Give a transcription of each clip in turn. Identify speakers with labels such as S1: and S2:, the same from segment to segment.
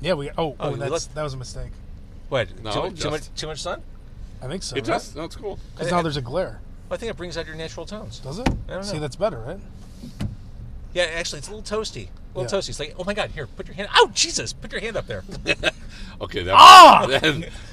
S1: Yeah, we. Oh,
S2: Oh,
S1: oh,
S2: you
S1: that's,
S2: look-
S1: that was a mistake.
S2: What?
S3: No,
S2: too, much, too
S3: just-
S2: much too much sun?
S1: I think so.
S3: It does. No, it's cool.
S1: Because now there's a glare.
S2: Well, I think it brings out your natural tones.
S1: Does it?
S2: don't
S1: See,
S2: know.
S1: that's better, right?
S2: Yeah, actually, it's a little toasty. A little
S1: Yeah.
S2: toasty. It's like, oh my God, here, put your hand. Oh, Jesus, put your hand up there.
S3: Okay, that,
S2: Ah!
S3: that,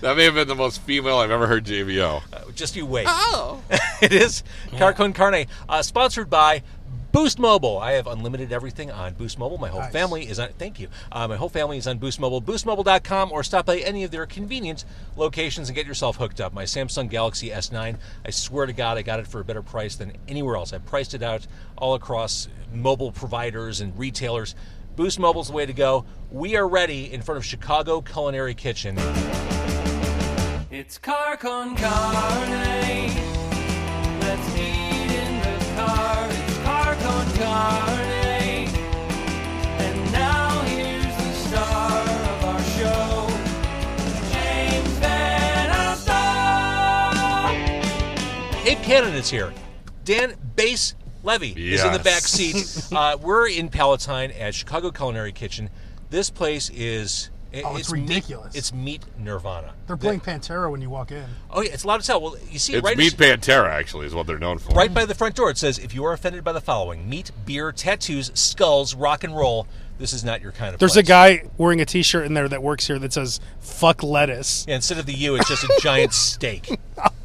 S3: that may have been the most female I've ever heard JBO.
S2: Uh, Just you wait.
S3: Oh.
S2: it is Carcon Carne, uh, sponsored by Boost Mobile. I have unlimited everything on Boost Mobile. My whole
S1: Nice.
S2: family is on. Thank you. Uh, my whole family is on Boost Mobile. BoostMobile.com or stop by any of their convenient locations and get yourself hooked up. My Samsung Galaxy S9. I swear to God, I got it for a better price than anywhere else. I priced it out all across mobile providers and retailers. Boost Mobile's the way to go. We are ready in front of Chicago Culinary Kitchen.
S4: It's car con carne. Let's eat in the car. It's car con carne. And now here's the star of our show, James Van Alstyne.
S2: Abe Cannon is here. Dan Bass Levy is in the
S3: Yes.
S2: back seat. uh, we're in Palatine at Chicago Culinary Kitchen. This place is. it-
S1: Oh, it's
S2: meat-
S1: ridiculous.
S2: it's meat nirvana.
S1: They're playing Pantera when you walk in.
S2: Oh, yeah, it's loud as hell. Well, you see,
S3: It's
S2: right,
S3: Meat
S2: as-
S3: Pantera, actually, is what they're known for.
S2: right by the front door, it says if you are offended by the following meat, beer, tattoos, skulls, rock and roll, this is not your kind of
S5: There's a
S2: place.
S5: guy wearing a T-shirt in there that works here that says "fuck lettuce."
S2: Yeah, instead of the U, it's just a giant steak.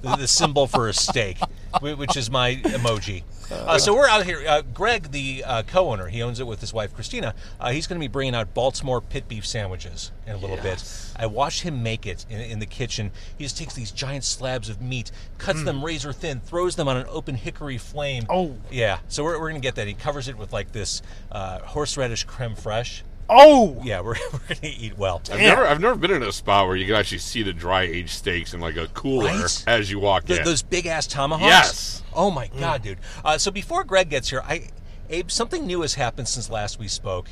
S2: The, the symbol for a steak, whi- which is my emoji. Uh, so we're out here. Uh, Greg, the uh, co-owner, he owns it with his wife Christina. Uh, he's going to be bringing out Baltimore pit beef sandwiches in a little bit. I watched him make it in, in the kitchen. He just takes these giant slabs of meat, cuts them razor thin, throws them on an open hickory flame.
S1: Oh.
S2: yeah. So we're, we're going to get that. He covers it with like this uh, horseradish creme fraiche.
S1: Oh,
S2: Yeah, we're, we're going to eat well.
S3: I've never, I've never been in a spot where you can actually see the dry aged steaks in like a cooler
S2: Right?
S3: as you walk
S2: Th-
S3: in.
S2: Those big ass tomahawks.
S3: Yes.
S2: Oh my god, dude. Uh, so before Greg gets here, I, Abe, something new has happened since last we spoke.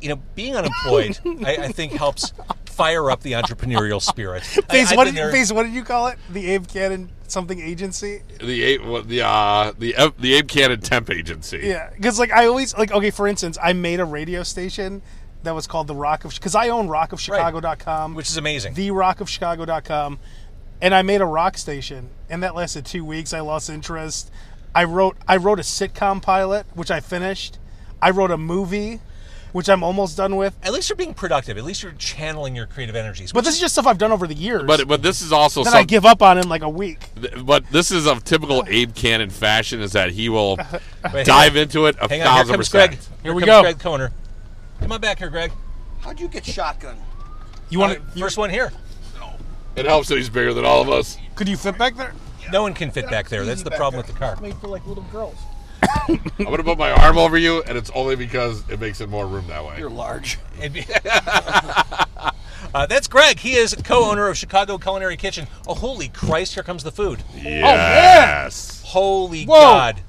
S2: You know, being unemployed, I, I think helps fire up the entrepreneurial spirit. I-
S1: Face,
S2: I've
S1: what
S2: been
S1: did,
S2: there-
S1: Faze, what did you call it? The Abe Cannon something agency?
S3: the ape, what- the uh, the Ape- the Abe Cannon temp agency.
S1: Yeah, because like I always like okay. For instance, I made a radio station that was called the Rock of because I own rockofchicago.com,
S2: which is amazing.
S1: the rockofchicago.com, and I made a rock station, and that lasted two weeks. I lost interest. I wrote I wrote a sitcom pilot, which I finished. I wrote a movie, which I'm almost done with.
S2: At least you're being productive. At least you're channeling your creative energies.
S1: But this is just stuff I've done over the years.
S3: But but this is also
S1: that
S3: some-
S1: I give up on in like a week.
S3: th- but this is of typical Abe Cannon fashion is that he will
S2: hang
S3: dive into it a
S2: Hang on, here
S3: thousand
S2: comes
S3: percent.
S2: Greg. Here,
S1: Here we
S2: comes
S1: go.
S2: Greg Kohner. Come on back here, Greg. Uh,
S6: How'd you get shotgun?
S1: You want to?
S2: First one here.
S3: It helps that he's bigger than all of us.
S1: Could you fit back there?
S2: No one can fit back there. That's the problem with the car.
S6: Made for like little girls.
S3: I'm gonna put my arm over you, and it's only because it makes it more room that way.
S6: You're large.
S2: It'd be- uh, that's Greg. He is co-owner of Chicago Culinary Kitchen. Oh, holy Christ! Here comes the food. Oh,
S3: Yes.
S2: Holy God!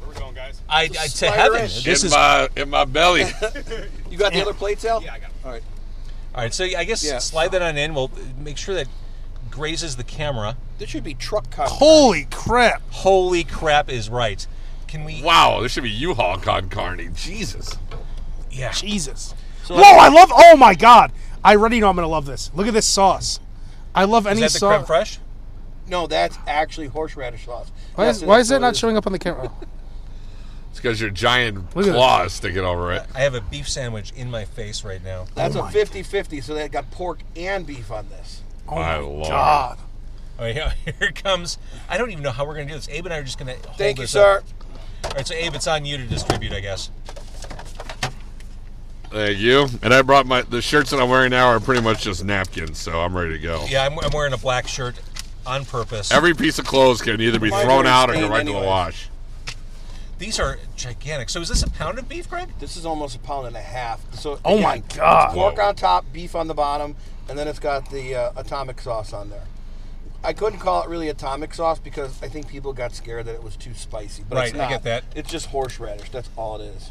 S2: Where we going, guys? I, I to
S6: Spider
S2: heaven.
S6: is-
S2: This
S3: in
S2: is all
S3: my in my belly.
S6: You got the other plates out? Yeah, I got them. All right.
S2: right. So I guess
S6: Yeah.
S2: slide that on in. We'll make sure that grazes the camera.
S6: This should be truck cut.
S1: Holy crap!
S2: Holy crap is right. Can we?
S3: wow, there should be U-Haul con carne. Jesus.
S2: Yeah.
S1: Jesus. Whoa, I love. Oh my God! I already know I'm gonna love this. Look at this sauce. I love
S2: Is
S1: any
S2: that the creme
S1: sauce.
S2: fraiche?
S6: No, that's actually horseradish sauce.
S1: Why
S6: Yes,
S1: is, why is
S6: so
S1: that not
S6: is.
S1: showing up on the camera?
S3: It's because your giant
S1: Look at
S3: claws sticking over it.
S2: I have a beef sandwich in my face right now.
S6: That's
S1: Oh
S6: a
S1: my
S6: 50 50, so they got pork and beef on this.
S1: Oh
S3: My
S1: my
S3: lord.
S1: God!
S2: All right, here it comes. I don't even know how we're going to do this. Abe and I are just going to hold
S6: Thank you,
S2: this
S6: sir.
S2: up. All right, so Abe, it's on you to distribute, I guess.
S3: Thank you. And I brought my the shirts that I'm wearing now are pretty much just napkins, so I'm ready to go.
S2: Yeah, I'm, I'm wearing a black shirt on purpose.
S3: Every piece of clothes can either be
S6: Mine's
S3: thrown
S6: already
S3: out or go
S6: stained
S3: right to the
S6: anyways.
S3: wash.
S2: These are gigantic. So is this a pound of beef, Greg?
S6: This is almost a pound and a half. So
S1: Oh my
S6: again,
S1: God.
S6: it's Pork
S3: Whoa.
S6: on top, beef on the bottom, and then it's got the uh, atomic sauce on there. I couldn't call it really atomic sauce because I think people got scared that it was too spicy. But it's
S2: Right, I
S6: not.
S2: get that.
S6: It's just horseradish. That's all it is.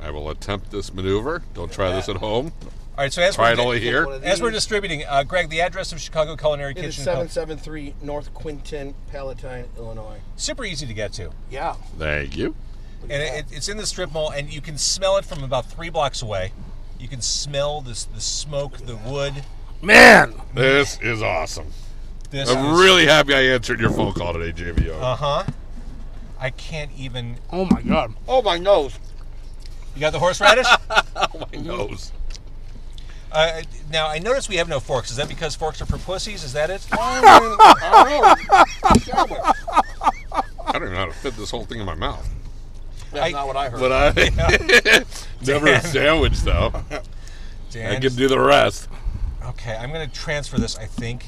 S3: I will attempt this maneuver. Don't try this at home.
S2: All right. So as
S3: Try
S2: we're
S3: it only here.
S6: One of
S2: as we're
S6: these.
S2: distributing, uh, Greg, the address of Chicago Culinary
S6: It is
S2: Kitchen.
S6: 773 North Quinton, Palatine, Illinois.
S2: Super easy to get to,
S6: Yeah.
S3: Thank you.
S2: and it, it's in the strip mall, and you can smell it from about three blocks away. You can smell this the smoke, the wood.
S3: Man, this is awesome.
S2: This
S3: I'm really happy I answered your phone call today, JVO.
S2: Uh huh. I can't even.
S5: Oh my god.
S6: Oh my nose!
S2: You got the horseradish?
S3: My nose.
S2: uh, now I notice we have no forks. Is that because forks are for pussies? Is that it?
S5: Oh,
S3: I don't even know how to fit this whole thing in my mouth.
S6: That's
S2: I-
S6: not what I heard.
S3: But I never a sandwich though. I
S2: Dan,
S3: can do the rest.
S2: okay, I'm gonna transfer this. I think.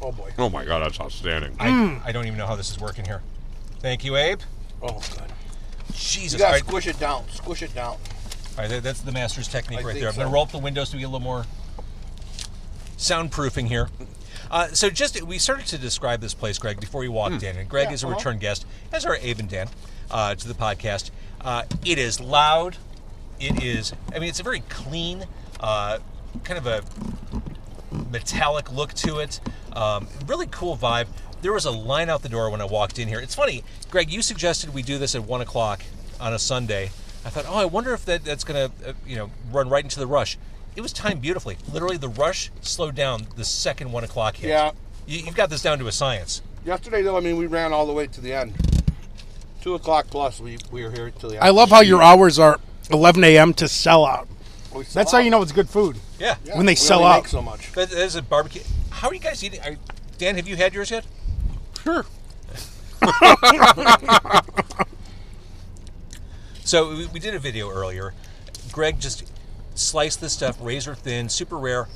S6: oh boy!
S3: Oh my god, that's outstanding.
S2: I, I don't even know how this is working here. Thank you, Abe.
S6: Oh good. You
S2: Jesus. All
S6: gotta
S2: right,
S6: squish it down. Squish it down.
S2: all right, that- that's the master's technique
S6: I
S2: right
S6: think
S2: there. I'm gonna
S6: so.
S2: roll up the windows so we get a little more soundproofing here. Uh, so just we started to describe this place, Greg, before we walked
S6: Hmm.
S2: in, and Greg is a return guest, as are Abe and Dan, uh, to the podcast. Uh, it is loud. It is. I mean, it's a very clean, uh, kind of a metallic look to it. Um, really cool vibe. There was a line out the door when I walked in here. It's funny, Greg. You suggested we do this at one o'clock on a Sunday. I thought, oh, I wonder if that, that's going to, uh, you know, run right into the rush. It was timed beautifully. Literally, the rush slowed down the second one o'clock hit.
S6: Yeah.
S2: you, you've got this down to a science.
S6: Yesterday though, I mean, we ran all the way to the end. Two o'clock plus, we, we were here till the end.
S5: I love how your hours are 11 a.m. to sell out.
S6: We sell
S5: That's how
S6: out.
S5: you know it's good food.
S2: Yeah,
S6: Yeah,
S5: when they
S6: we
S5: sell
S6: only
S5: out.
S6: Make so much.
S2: That, that is a barbecue. How are you guys eating? Are, Dan, have you had yours yet?
S6: Sure.
S2: So we, we did a video earlier. Greg just sliced this stuff razor thin, super rare,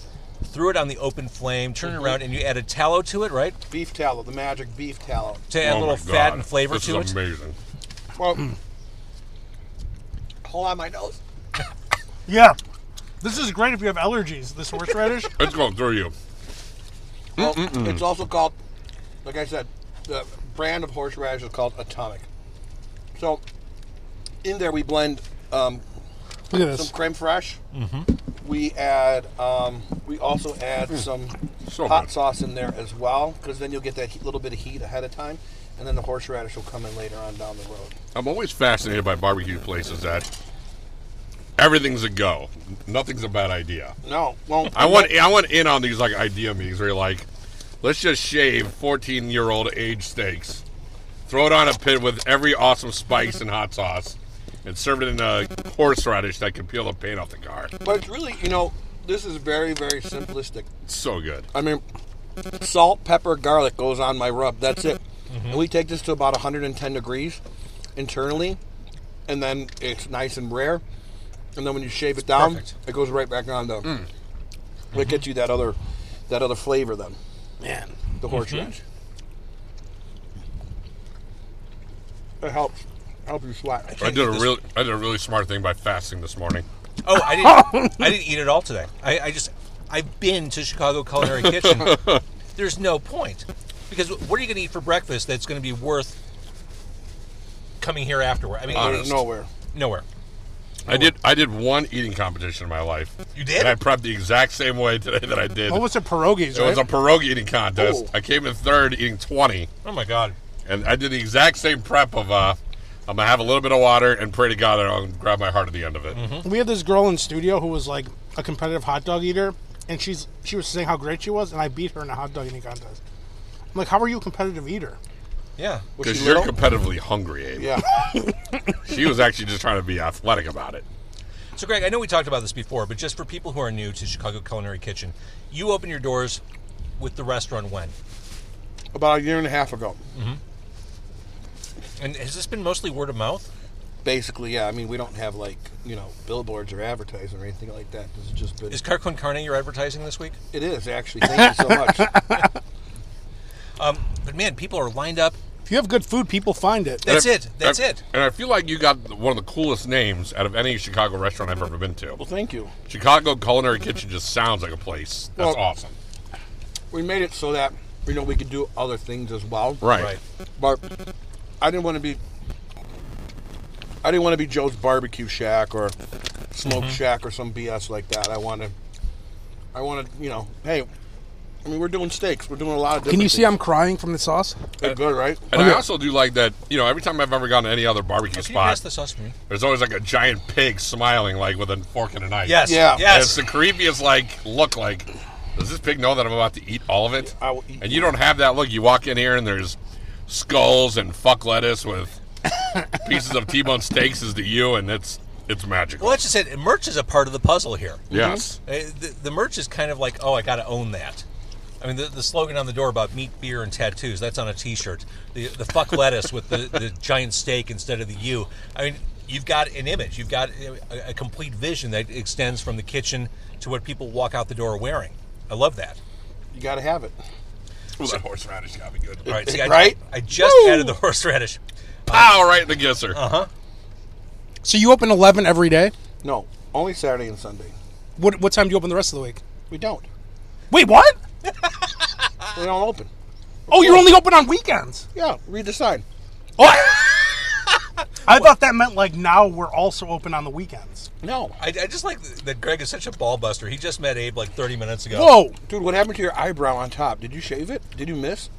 S2: threw it on the open flame, turned
S3: Mm-hmm.
S2: it around, and you added tallow to it, right?
S6: Beef tallow, the magic beef tallow.
S2: To add
S3: Oh
S2: a little
S3: my
S2: fat
S3: God.
S2: and flavor
S3: this
S2: to
S3: is
S2: it.
S3: amazing.
S6: Well, hold on my nose.
S1: Yeah. This is great if you have allergies. This horseradish.
S3: It's going through you.
S6: Well, it's also called, like I said, the brand of horseradish is called Atomic. So, in there we blend um,
S5: Look at
S6: some
S5: this.
S6: creme fraiche.
S3: Mm-hmm.
S6: We add, um, we also add some
S3: Mm. So
S6: hot
S3: good.
S6: sauce in there as well, because then you'll get that he- little bit of heat ahead of time, and then the horseradish will come in later on down the road.
S3: I'm always fascinated by barbecue places that everything's a go. Nothing's a bad idea.
S6: No, well,
S3: I want I want in on these like idea meetings where you're like, let's just shave 14 year old age steaks, throw it on a pit with every awesome spice and hot sauce, and serve it in a horseradish that can peel the paint off the car.
S6: but it's really, you know, this is very, very simplistic.
S3: It's so good.
S6: I mean, salt, pepper, garlic goes on my rub. That's it. And we take this to about 110 degrees internally, and then it's nice and rare. And then when you shave it down,
S2: perfect.
S6: it goes right back on the. It gets you that other, that other flavor then,
S5: Man.
S6: the horseradish. It helps, help you sweat.
S3: I did a real I did a really smart thing by fasting this morning.
S2: Oh, I didn't. I didn't eat it all today. I, I just. I've been to Chicago Culinary Kitchen. There's no point because what are you going to eat for breakfast that's going to be worth coming here afterward? I mean,
S6: There's nowhere.
S2: nowhere.
S3: I did I did one eating competition in my life.
S2: You did?
S3: And I prepped the exact same way today that I did.
S1: What was it? Pierogies,
S3: it was
S1: right?
S3: a pierogi eating contest.
S6: Oh.
S3: I came in third eating 20.
S2: Oh my God.
S3: And I did the exact same prep of uh, I'm gonna have a little bit of water and pray to God that I'll grab my heart at the end of it.
S5: Mm-hmm.
S1: we had this girl in studio who was like a competitive hot dog eater, and she's she was saying how great she was, and I beat her in a hot dog eating contest. I'm like, how are you a competitive eater?
S2: Yeah.
S6: Was
S3: Because
S6: she
S3: you're
S6: little?
S3: competitively hungry, Abe.
S6: Yeah.
S3: She was actually just trying to be athletic about it.
S2: So, Greg, I know we talked about this before, but just for people who are new to Chicago Culinary Kitchen, you open your doors with the restaurant when?
S6: About a year and a half ago.
S2: And has this been mostly word of mouth?
S6: Basically, yeah. I mean, we don't have like you know billboards or advertising or anything like that. This has just been.
S2: Is Carcon Carne your advertising this week?
S6: It is actually. Thank you so much.
S2: Um, but man, people are lined up.
S5: If you have good food, people find it.
S2: That's
S3: And I-
S2: it. That's
S3: and-
S2: it.
S3: And I feel like you got one of the coolest names out of any Chicago restaurant I've ever been to.
S6: well, thank you.
S3: Chicago Culinary Kitchen just sounds like a place. That's
S6: Well-
S3: awesome.
S6: We made it so that you know we could do other things as well.
S3: Right.
S2: Right.
S6: But I didn't want to be. I didn't want to be Joe's Barbecue Shack or
S5: Mm-hmm.
S6: Smoke Shack or some BS like that. I wanted. I wanted you know hey, I mean, we're doing steaks. We're doing a lot of. Different
S5: Can you see
S6: things.
S5: I'm crying from the sauce?
S6: They're good, right?
S3: And I also do like that. You know, every time I've ever gone to any other barbecue
S2: Can you pass
S3: spot,
S2: the sauce for me?
S3: there's always like a giant pig smiling, like with a fork and a knife.
S2: Yes.
S6: Yeah.
S3: And
S2: Yes.
S3: it's the creepiest like look. Like, does this pig know that I'm about to eat all of it?
S6: I will eat
S3: and you don't have that look. You walk in here and there's skulls and fuck lettuce with pieces of T-bone steaks is to you, and it's it's magical.
S2: Well, that's just it. Merch is a part of the puzzle here.
S3: Yes.
S2: Uh, The, the merch is kind of like, oh, I got to own that. I mean, the, the slogan on the door about meat, beer, and tattoos, that's on a t shirt. The, the fuck lettuce with the, the giant steak instead of the U. I mean, you've got an image, you've got uh, a, a complete vision that extends from the kitchen to what people walk out the door wearing. I love that.
S6: You got to have it.
S3: Ooh, that horseradish got me good.
S2: All right, see, I,
S6: Right?
S2: I just added the horseradish.
S3: Pow! Right in the gisser.
S5: So you open 11 every day?
S6: No, only Saturday and Sunday.
S5: What, what time do you open the rest of the week?
S6: We don't.
S5: Wait, what?
S6: We don't open.
S5: Oh, you're only open on weekends.
S6: Yeah, read the sign.
S1: I thought that meant like now we're also open on the weekends.
S6: No,
S2: I, I just like that Greg is such a ball buster. He just met Abe like 30 minutes ago.
S5: Whoa.
S6: dude, what happened to your eyebrow on top? Did you shave it? Did you miss?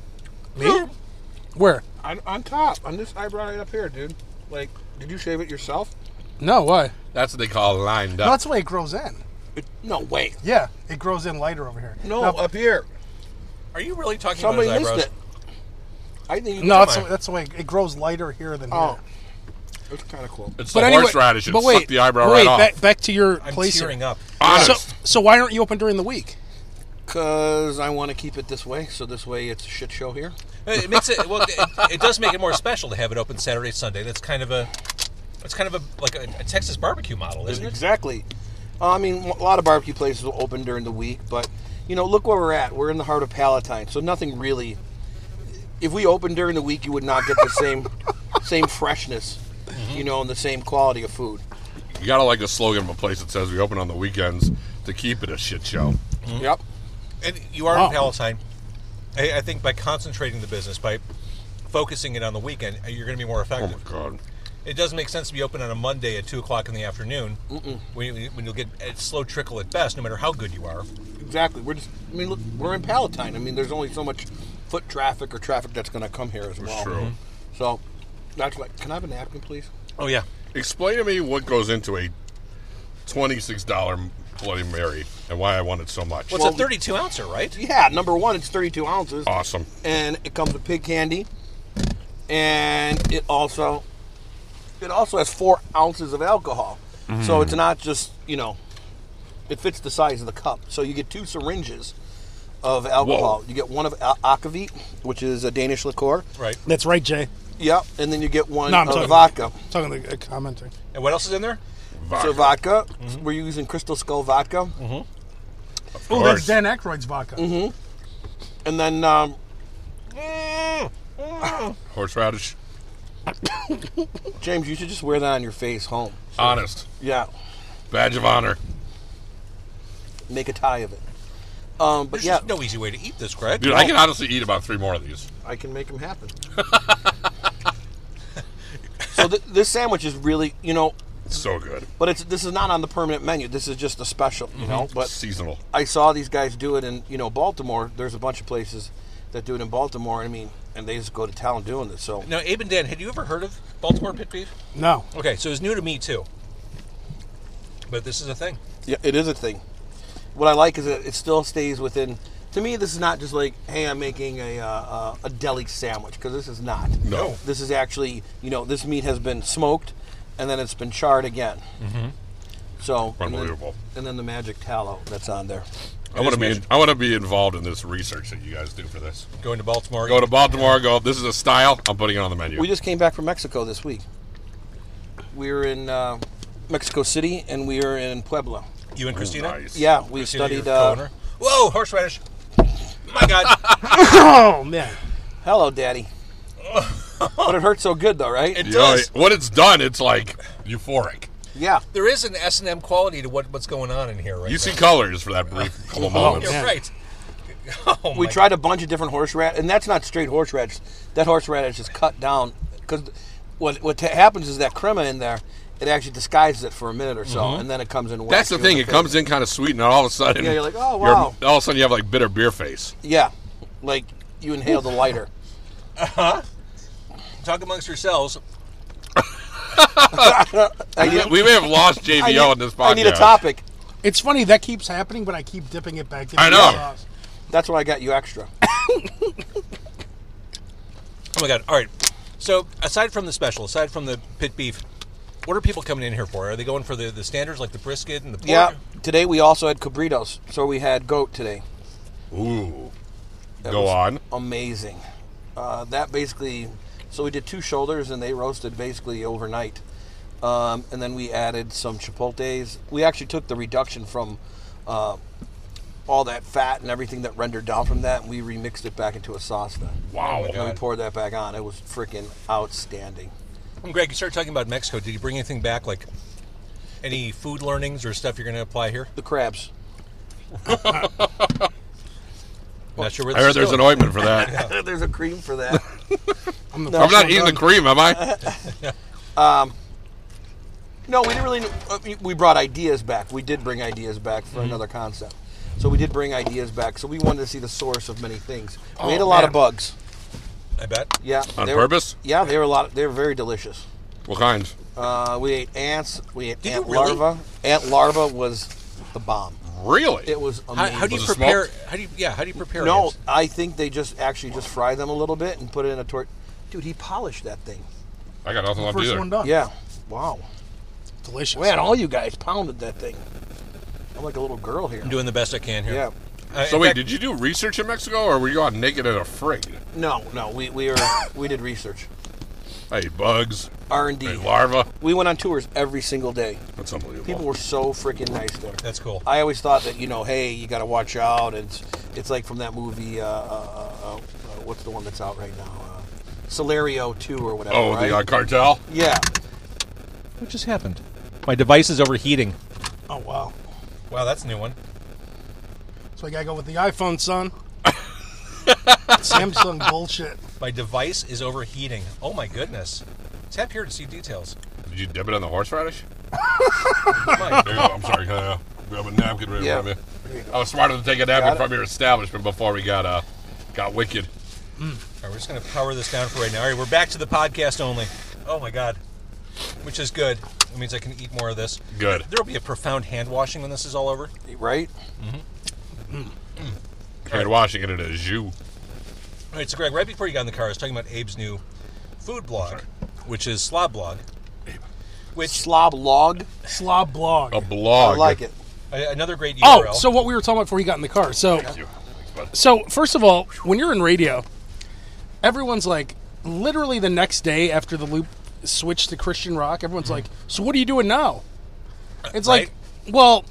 S5: Where?
S6: On, on top, on this eyebrow right up here, dude. Like, did you shave it yourself?
S5: No, why?
S3: That's what they call lined
S1: No,
S3: up.
S1: that's the way it grows in.
S6: It, no way.
S1: Yeah, it grows in lighter over here.
S6: No,
S5: uh,
S1: Now-
S6: up here.
S2: Are you really talking
S6: Somebody
S2: about his
S6: missed
S2: eyebrows?
S6: it. I think.
S5: No,
S1: that's, the- that's the way it grows lighter here than here.
S6: Oh, it's kind of cool.
S3: It's
S5: But
S3: the
S5: anyway,
S3: horseradish. It
S5: but wait,
S3: sucked the eyebrow
S5: but
S3: right
S5: wait,
S3: off.
S5: Back, back to your
S2: I'm
S5: place. here.
S2: tearing up.
S5: So,
S3: Honest.
S5: so why aren't you open during the week?
S6: Cause I want to keep it this way, so this way it's a shit show here.
S2: It makes it well. It, it does make it more special to have it open Saturday, Sunday. That's kind of a, that's kind of a like a, a Texas barbecue model, isn't it?
S6: Exactly. Uh, I mean, a lot of barbecue places will open during the week, but you know, look where we're at. We're in the heart of Palatine, so nothing really. If we opened during the week, you would not get the same same freshness, you know, and the same quality of food.
S3: You gotta like the slogan of a place that says we open on the weekends to keep it a shit show.
S6: Yep.
S2: And you are in Palatine. I, I think by concentrating the business, by focusing it on the weekend, uh, you're going to be more
S3: Oh
S2: effective.
S3: my god.
S2: It doesn't make sense to be open on a Monday at two o'clock in the afternoon when, you- when you'll get a slow trickle at best, no matter how good you are.
S6: Exactly. We're just. I mean, look, we're in Palatine. I mean, there's only so much foot traffic or traffic that's going to come here as well.
S3: True.
S6: So that's like. Can I have a napkin, please?
S2: Oh yeah,
S3: Explain to me what goes into a twenty-six dollar Bloody Mary and why I want it so much.
S2: well, it's a 32 ouncer, right?
S6: Yeah. Number one, it's 32 ounces.
S3: awesome?
S6: and it comes with pig candy, and it also it also has four ounces of alcohol. So it's not just you know, it fits the size of the cup. So you get two syringes of alcohol.
S3: Whoa.
S6: You get one of a- akavit, which is a Danish liqueur.
S2: Right.
S5: That's right, Jay.
S6: Yep, and then you get one
S5: No, I'm
S6: of
S5: talking-
S6: vodka.
S5: Talking to uh, commenting.
S2: And what else is in there?
S6: So
S3: Vodka,
S6: vodka, we're using Crystal Skull vodka,
S3: of
S1: Oh,
S3: course.
S1: that's Dan Aykroyd's vodka.
S5: Mm-hmm.
S6: and then um,
S3: horseradish.
S6: James, you should just wear that on your face home.
S3: Honest.
S6: Yeah,
S3: Badge of honor.
S6: make a tie of it. Um, but
S2: There's
S6: yeah,
S2: just no easy way to eat this, Greg.
S3: Dude, I can honestly eat about three more of these.
S6: I can make them happen. so th- this sandwich is really, you know,
S3: It's so good.
S6: but it's this is not on the permanent menu. This is just a special, you know. But
S3: Seasonal.
S6: I saw these guys do it in, you know, Baltimore. There's a bunch of places that do it in Baltimore. I mean, and they just go to town doing this. So
S2: Now, Abe and Dan, had you ever heard of Baltimore pit beef?
S5: No.
S2: Okay, so it's new to me too. But this is a thing.
S6: yeah, it is a thing. What I like is that it still stays within. To me, this is not just like, hey, I'm making a uh, uh, a deli sandwich because this is not.
S3: No.
S6: This is actually, you know, this meat has been smoked, and then it's been charred again. Mm-hmm. So and then-
S3: Unbelievable.
S6: And then, the magic tallow that's on there.
S3: I want to be. I want to be involved in this research that you guys do for this.
S2: Going to Baltimore.
S3: Go to Baltimore. Go. This is a style. I'm putting it on the menu.
S6: We just came back from Mexico this week. We were in uh, Mexico City, and we were in Puebla.
S2: you and Christina.
S3: Nice.
S6: Yeah, we
S2: Christina,
S6: studied.
S2: your
S6: Uh,
S2: co-owner. Whoa, horseradish. My God.
S5: Oh man.
S6: Hello, Daddy. but it hurts so good, though, right?
S2: It
S3: You know,
S2: does.
S3: when it's done, it's like euphoric.
S6: yeah.
S2: There is an S and M quality to what, what's going on in here, right?
S3: You see
S2: now.
S3: colors for that brief couple
S6: Oh,
S3: moments.
S2: You're
S5: man.
S2: right. Oh,
S6: We
S2: my-
S6: tried a bunch of different horseradish, and that's not straight horseradish. That horseradish is cut down because what what ta- happens is that crema in there it actually disguises it for a minute or so, and then it comes in.
S3: Mm-hmm. That's the thing. It comes in kind of sweet, and all of a sudden,
S6: Yeah, you're like, oh,
S3: you're-
S6: wow.
S3: all of a sudden, you have like bitter beer face.
S6: Yeah, like you inhale the lighter.
S3: Uh-huh.
S2: Talk amongst yourselves.
S6: I
S3: We
S6: need,
S3: we may have lost JVO
S6: I need-
S3: on this podcast.
S6: I need a topic.
S1: It's funny that keeps happening, but I keep dipping it back. in
S3: I
S1: the
S3: know.
S1: sauce.
S6: That's why I got you extra.
S2: Oh my god! All right. So aside from the special, aside from the pit beef, what are people coming in here for? Are they going for the, the standards like the brisket and the pork?
S6: Yeah. Today we also had cabritos, so we had goat today.
S3: Ooh,
S6: That
S3: go
S6: was Oh
S3: on.
S6: Amazing. Uh, that basically, so we did two shoulders and they roasted basically overnight. Um, and then we added some chipotles. We actually took the reduction from uh, all that fat and everything that rendered down from that, and we remixed it back into a sauce then.
S3: Wow.
S6: And we poured that back on. It was freaking outstanding.
S2: And Greg, you started talking about Mexico. Did you bring anything back, like any food learnings or stuff you're going to apply here?
S6: The crabs.
S2: I'm not sure where
S3: I
S2: this
S3: heard
S2: is
S3: there's an
S2: going.
S3: ointment for that.
S6: There's a cream for that.
S1: I'm, the
S6: No.
S3: I'm
S1: first
S3: not
S1: one
S3: eating the
S1: done.
S3: cream, am I?
S6: No, we didn't really. uh, we- We brought ideas back. We did bring ideas back
S2: Mm-hmm.
S6: for another concept. So we did bring ideas back. So we wanted to see the source of many things. We
S2: Oh,
S6: ate a lot of bugs.
S2: I bet.
S6: Yeah.
S3: On
S6: they were-
S3: purpose?
S6: yeah, they were a lot. They were very delicious.
S3: What kinds?
S6: Uh, we ate ants. We ate
S2: Did you
S6: ant
S2: really?
S6: larva. Ant larva was the bomb.
S3: Really?
S6: It was
S2: How,
S6: amazing.
S2: how do you
S3: Was it
S2: prepare?
S3: smoked?
S2: How do you? Yeah. How do you prepare?
S6: No,
S2: ants?
S6: I think they just actually just fry them a little bit and put it in a tort. Dude, he polished that thing.
S3: I got nothing left
S1: First
S3: either.
S1: one done.
S6: Yeah. Wow.
S1: Delicious.
S6: Man, all you guys pounded that thing. I'm like a little girl here.
S2: I'm doing the best I can here.
S6: Yeah.
S2: Uh,
S3: So
S2: in
S3: wait,
S2: fact,
S3: did you do research in Mexico, or were you out naked and afraid?
S6: No, no, we we are we did research.
S3: Hey, bugs,
S6: R and D.
S3: hey, larva.
S6: We went on tours every single day.
S3: That's unbelievable.
S6: People were so freaking nice there.
S2: That's cool.
S6: I always thought that you know, hey, you got to watch out. And it's, it's like from that movie. Uh, uh, uh, uh, what's the one that's out right now? Uh, Solario Two or whatever.
S3: oh,
S6: right?
S3: the uh, cartel.
S6: yeah.
S2: What just happened? My device is overheating.
S1: Oh wow.
S2: Wow, that's a new one.
S1: So I gotta go with the iPhone, son. Samsung bullshit.
S2: My device is overheating. Oh my goodness. Tap here to see details.
S3: Did you dip it in the horseradish?
S2: My
S3: There you go. I'm sorry. Can I uh, grab a napkin right
S6: Yeah.
S3: from you? I was smarter to take a napkin
S6: Got it.
S3: from your establishment before we got uh, got wicked.
S2: All right, we're just going to power this down for right now. All right, we're back to the podcast only. Oh my god, which is good. It means I can eat more of this.
S3: Good.
S2: There will be a profound hand washing when this is all over.
S6: Right.
S3: Hand washing it in a jus.
S2: All right, so Greg, right before you got in the car, I was talking about Abe's new food blog, which is Slob Blog. Which
S6: Slob log.
S1: Slob blog.
S3: A blog.
S6: I like it.
S2: a- another great URL.
S5: Oh, so what we were talking about before he got in the car. So,
S3: Thank you. Thanks, bud.
S5: so first of all, when you're in radio, everyone's like, literally the next day after the loop switched to Christian rock, everyone's like, "So what are you doing now?" It's
S2: right.
S5: like, well,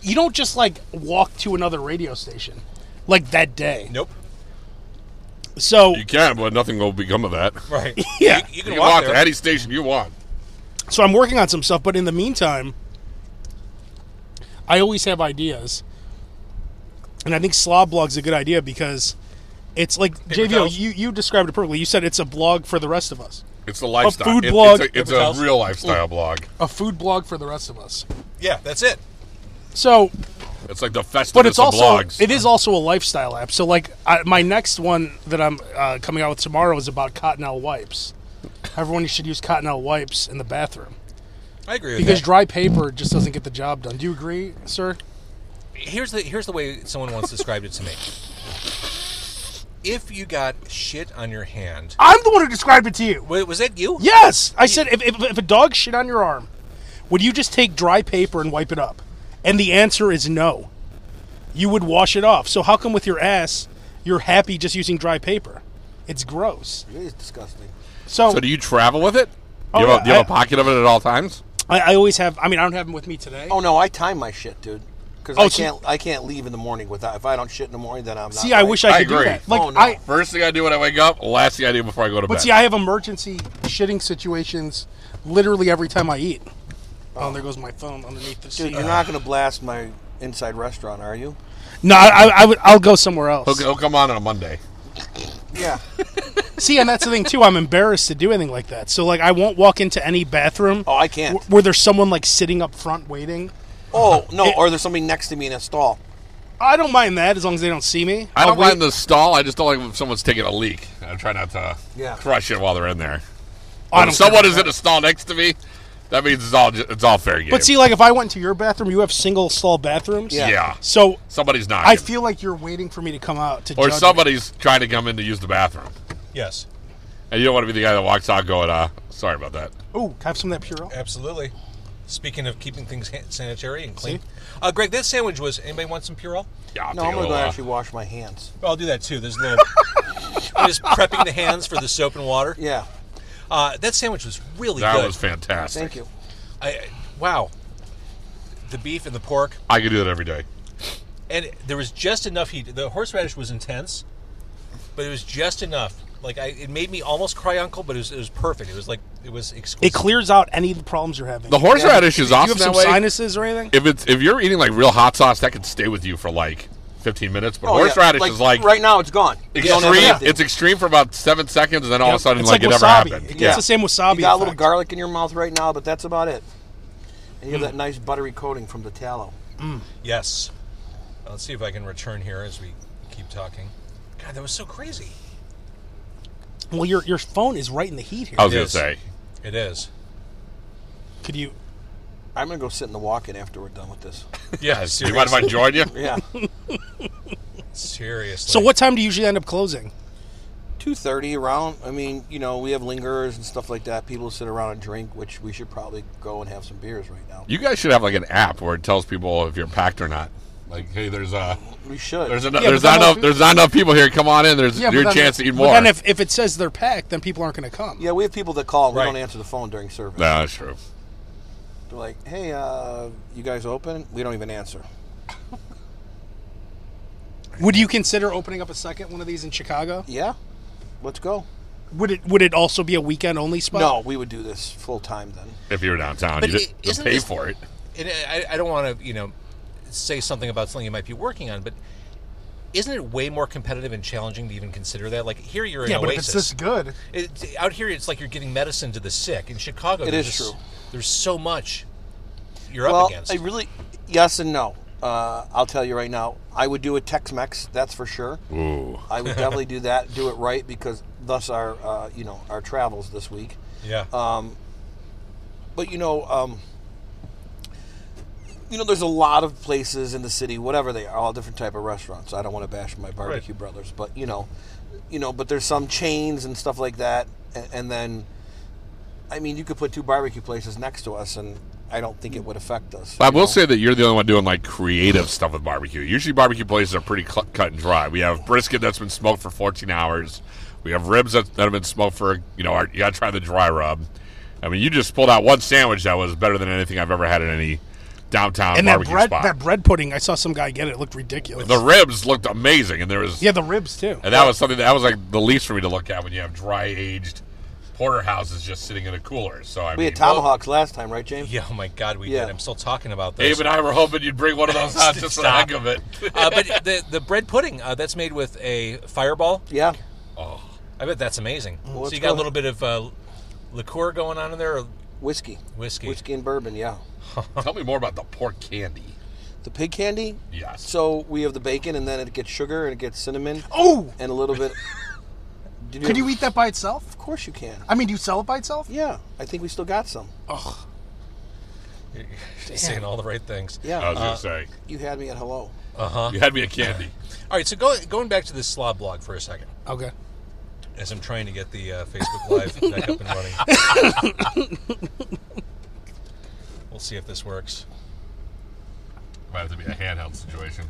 S5: you don't just like walk to another radio station like that day.
S2: nope.
S5: So
S3: You can, but nothing will become of that.
S2: Right.
S5: Yeah.
S2: You, you
S3: You
S2: can
S3: can
S2: walk,
S3: walk
S2: there.
S3: to any station you want.
S5: So I'm working on some stuff, but in the meantime, I always have ideas. And I think Slob Blog's a good idea because it's like JVO,
S2: towels?
S5: you, you described it perfectly. You said it's a blog for the rest of us.
S3: It's a lifestyle.
S5: food
S3: It-
S5: blog.
S3: It's a, it's
S2: Paper
S3: a
S2: towels?
S3: real lifestyle blog.
S5: A food blog for the rest of us.
S2: Yeah, that's it.
S5: So
S3: It's like the festivus
S5: but it's
S3: of
S5: also
S3: blogs.
S5: it is also a lifestyle app. So like I, my next one that I'm uh, coming out with tomorrow is about Cottonelle wipes. Everyone should use Cottonelle wipes in the bathroom.
S2: I agree with
S5: Because
S2: that.
S5: dry paper just doesn't get the job done. Do you agree, sir?
S2: here's the here's the way someone once described it to me. If you got shit on your hand,
S5: I'm the one who described it to you.
S2: wa- was that you?
S5: Yes, I said if, if, if a dog shit on your arm, would you just take dry paper and wipe it up? And the answer is no. You would wash it off. So how come with your ass you're happy just using dry paper? It's gross.
S6: It is disgusting.
S5: So,
S3: So do you travel with it? Do you,
S5: Oh,
S3: have, a, do you
S5: yeah,
S3: have a pocket of it at all times?
S5: I, I always have. I mean, I don't have them with me today.
S6: Oh no, I time my shit, dude. Because
S5: Oh,
S6: I
S5: so-
S6: can't. I can't leave in the morning without. If I don't shit in the morning, then I'm. Not
S5: See, I
S6: right.
S5: wish I,
S3: I
S5: could
S3: agree.
S5: do that. Like
S6: Oh, no.
S5: I,
S3: First thing I do when I wake up, last thing I do before I go to
S5: but
S3: bed.
S5: see, I have emergency shitting situations literally every time I eat. Oh, and there goes my phone underneath the
S6: Dude,
S5: seat.
S6: you're not gonna blast my inside restaurant, are you?
S5: No, I, I, I would. I'll go somewhere else.
S3: he'll, he'll come on on a Monday.
S6: Yeah.
S5: See, and that's the thing too. I'm embarrassed to do anything like that. So like, I won't walk into any bathroom.
S6: Oh, I can't.
S5: wh- where there's someone like sitting up front waiting.
S6: Oh no, or there's somebody next to me in a stall.
S5: I don't mind that as long as they don't see me.
S3: I
S5: I'll
S3: don't
S5: wait-
S3: mind the stall. I just don't like if someone's taking a leak. I try not to
S6: Yeah.
S3: crush it while they're in there.
S5: I
S3: If
S5: don't
S3: someone
S5: care.
S3: is in a stall next to me, that means it's all ju- it's all fair game.
S5: But see, like if I went to your bathroom, you have single stall bathrooms.
S6: Yeah.
S3: yeah.
S5: So
S3: somebody's not.
S5: I feel like you're waiting for me to come out to
S3: or
S5: judge me.
S3: somebody's trying to come in to use the bathroom,
S2: Yes,
S3: and you don't want to be the guy that walks out going, "Uh, sorry about that."
S5: Ooh, can I have some of that Purell.
S2: absolutely. Speaking of keeping things ha- sanitary and clean, uh, Greg, that sandwich was. Anybody want some Purell?
S3: Yeah, I'll take a
S6: No, I'm gonna
S3: little,
S6: go
S3: uh,
S6: actually wash my hands.
S2: I'll do that too. There's a little. I'm just prepping the hands for the soap and water.
S6: Yeah,
S2: Uh, that sandwich was really
S3: That
S2: good.
S3: was fantastic.
S6: thank you.
S2: I, I- wow, the beef and the pork,
S3: I could do that every day.
S2: and there was just enough heat. The horseradish was intense, but it was just enough. Like I, it made me almost cry, Uncle, but it was, it was perfect. It was like it was
S5: It
S2: exquisite.
S5: clears out any of the problems you're having.
S3: The horseradish is
S5: Do you
S3: awesome
S5: have some
S3: that way.
S5: sinuses or anything?
S3: if it's if you're eating like real hot sauce, that could stay with you for like 15 minutes. But
S6: Oh, yeah,
S3: horseradish is like
S6: right now it's gone. You don't have
S3: extreme.
S6: anything.
S3: It's extreme for about seven seconds, and then all of a sudden,
S5: it's
S3: like, it never
S5: wasabi.
S3: happened.
S5: It's
S6: Yeah.
S5: the same wasabi.
S6: you got a little
S5: effect.
S6: garlic in your mouth right now, but that's about it. And you have that nice buttery coating from the tallow.
S2: Yes. Uh, Let's see if I can return here as we keep talking. God, that was so crazy.
S5: Well, your your phone is right in the heat here.
S3: I was gonna
S2: Yes.
S3: say.
S2: It is.
S5: Could you?
S6: I'm gonna go sit in the walk-in after we're done with this.
S2: Yeah,
S3: You mind if I
S2: seriously.
S3: join you?
S6: Yeah,
S2: seriously.
S5: So what time do you usually end up closing?
S6: two thirty around. I mean, you know, we have lingerers and stuff like that. People sit around and drink, which we should probably go and have some beers right now.
S3: You guys should have like an app where it tells people if you're packed or not. Like, hey, there's uh,
S6: We should.
S3: there's enough,
S5: Yeah,
S3: there's
S5: but
S3: not
S5: then
S3: enough,
S5: if-
S3: there's not enough people here. Come on in. There's your chance to eat more.
S5: But then if, if it says they're packed, then people aren't going to come.
S6: yeah, we have people that call.
S2: Right.
S6: We don't answer the phone during service.
S3: no, that's true.
S6: They're like, "Hey, uh, you guys open?" We don't even answer.
S5: Would you consider opening up a second one of these in Chicago?
S6: Yeah, let's go.
S5: Would it would it also be a weekend only spot?
S6: no, we would do this full time then.
S3: If you were downtown,
S2: But
S3: you
S2: i-
S3: just, just
S2: isn't
S3: pay
S2: this-
S3: for it.
S2: And I, I don't want to, you know, say something about something you might be working on, but isn't it way more competitive and challenging to even consider that? Like here, you're in
S5: Yeah, but if
S2: Oasis.
S5: it's this good,
S2: It- out here, it's like you're giving medicine to the sick. In Chicago,
S6: It
S2: there's
S6: is
S2: just-
S6: true.
S2: There's so much you're
S6: well,
S2: up against.
S6: I really, yes and no. Uh, I'll tell you right now, I would do a Tex-Mex. That's for sure.
S3: Ooh,
S6: I would definitely do that. Do it right because thus our, uh, you know, our travels this week.
S2: yeah.
S6: Uh, But you know, um, you know, there's a lot of places in the city, whatever they are, all different type of restaurants. I don't want to bash my barbecue brothers, but you know, you know, but there's some chains and stuff like that, and, and then, I mean, you could put two barbecue places next to us, and I don't think it would affect us.
S3: I
S6: you know?
S3: will say that you're the only one doing like creative stuff with barbecue. Usually, barbecue places are pretty cl- cut and dry. We have brisket that's been smoked for 14 hours. We have ribs that, that have been smoked for you know. Our, you got to try the dry rub. I mean, you just pulled out one sandwich that was better than anything I've ever had at any downtown
S5: and that
S3: barbecue
S5: bread
S3: spot.
S5: that bread pudding, I saw some guy get it. it looked ridiculous.
S3: the ribs looked amazing, and there was
S5: yeah, the ribs too.
S3: and that was something that was like the least for me to look at when you have dry aged porterhouses just sitting in a cooler. So I
S6: we
S3: mean,
S6: had tomahawks last time, right, James?
S2: yeah. Oh my God, we
S6: Yeah.
S2: did. I'm still talking about this.
S3: Abe and I were hoping you'd bring one of those out just for the
S2: Stop.
S3: heck of it.
S2: uh, but the the bread pudding uh, that's made with a fireball.
S6: Yeah.
S2: I bet that's amazing. so
S6: let's
S2: you got
S6: go.
S2: a little bit of uh, liqueur going on in there. Or
S6: Whiskey.
S2: Whiskey.
S6: Whiskey and bourbon, yeah.
S3: Tell me more about the pork candy.
S6: The pig candy.
S3: Yes.
S6: So we have the bacon, and then it gets sugar, and it gets cinnamon,
S5: Oh,
S6: and a little bit. Did
S5: could you eat that by itself?
S6: Of course you can.
S5: I mean, do you sell it by itself?
S6: Yeah, I think we still got some.
S2: saying all the right things.
S6: Yeah,
S3: I was gonna say
S6: you had me at hello.
S3: you had me a candy.
S2: All right. So go, going back to this slob blog for a second,
S5: Okay.
S2: as I'm trying to get the uh, Facebook Live back up and running. we'll see if this works.
S3: Might have to be a handheld situation.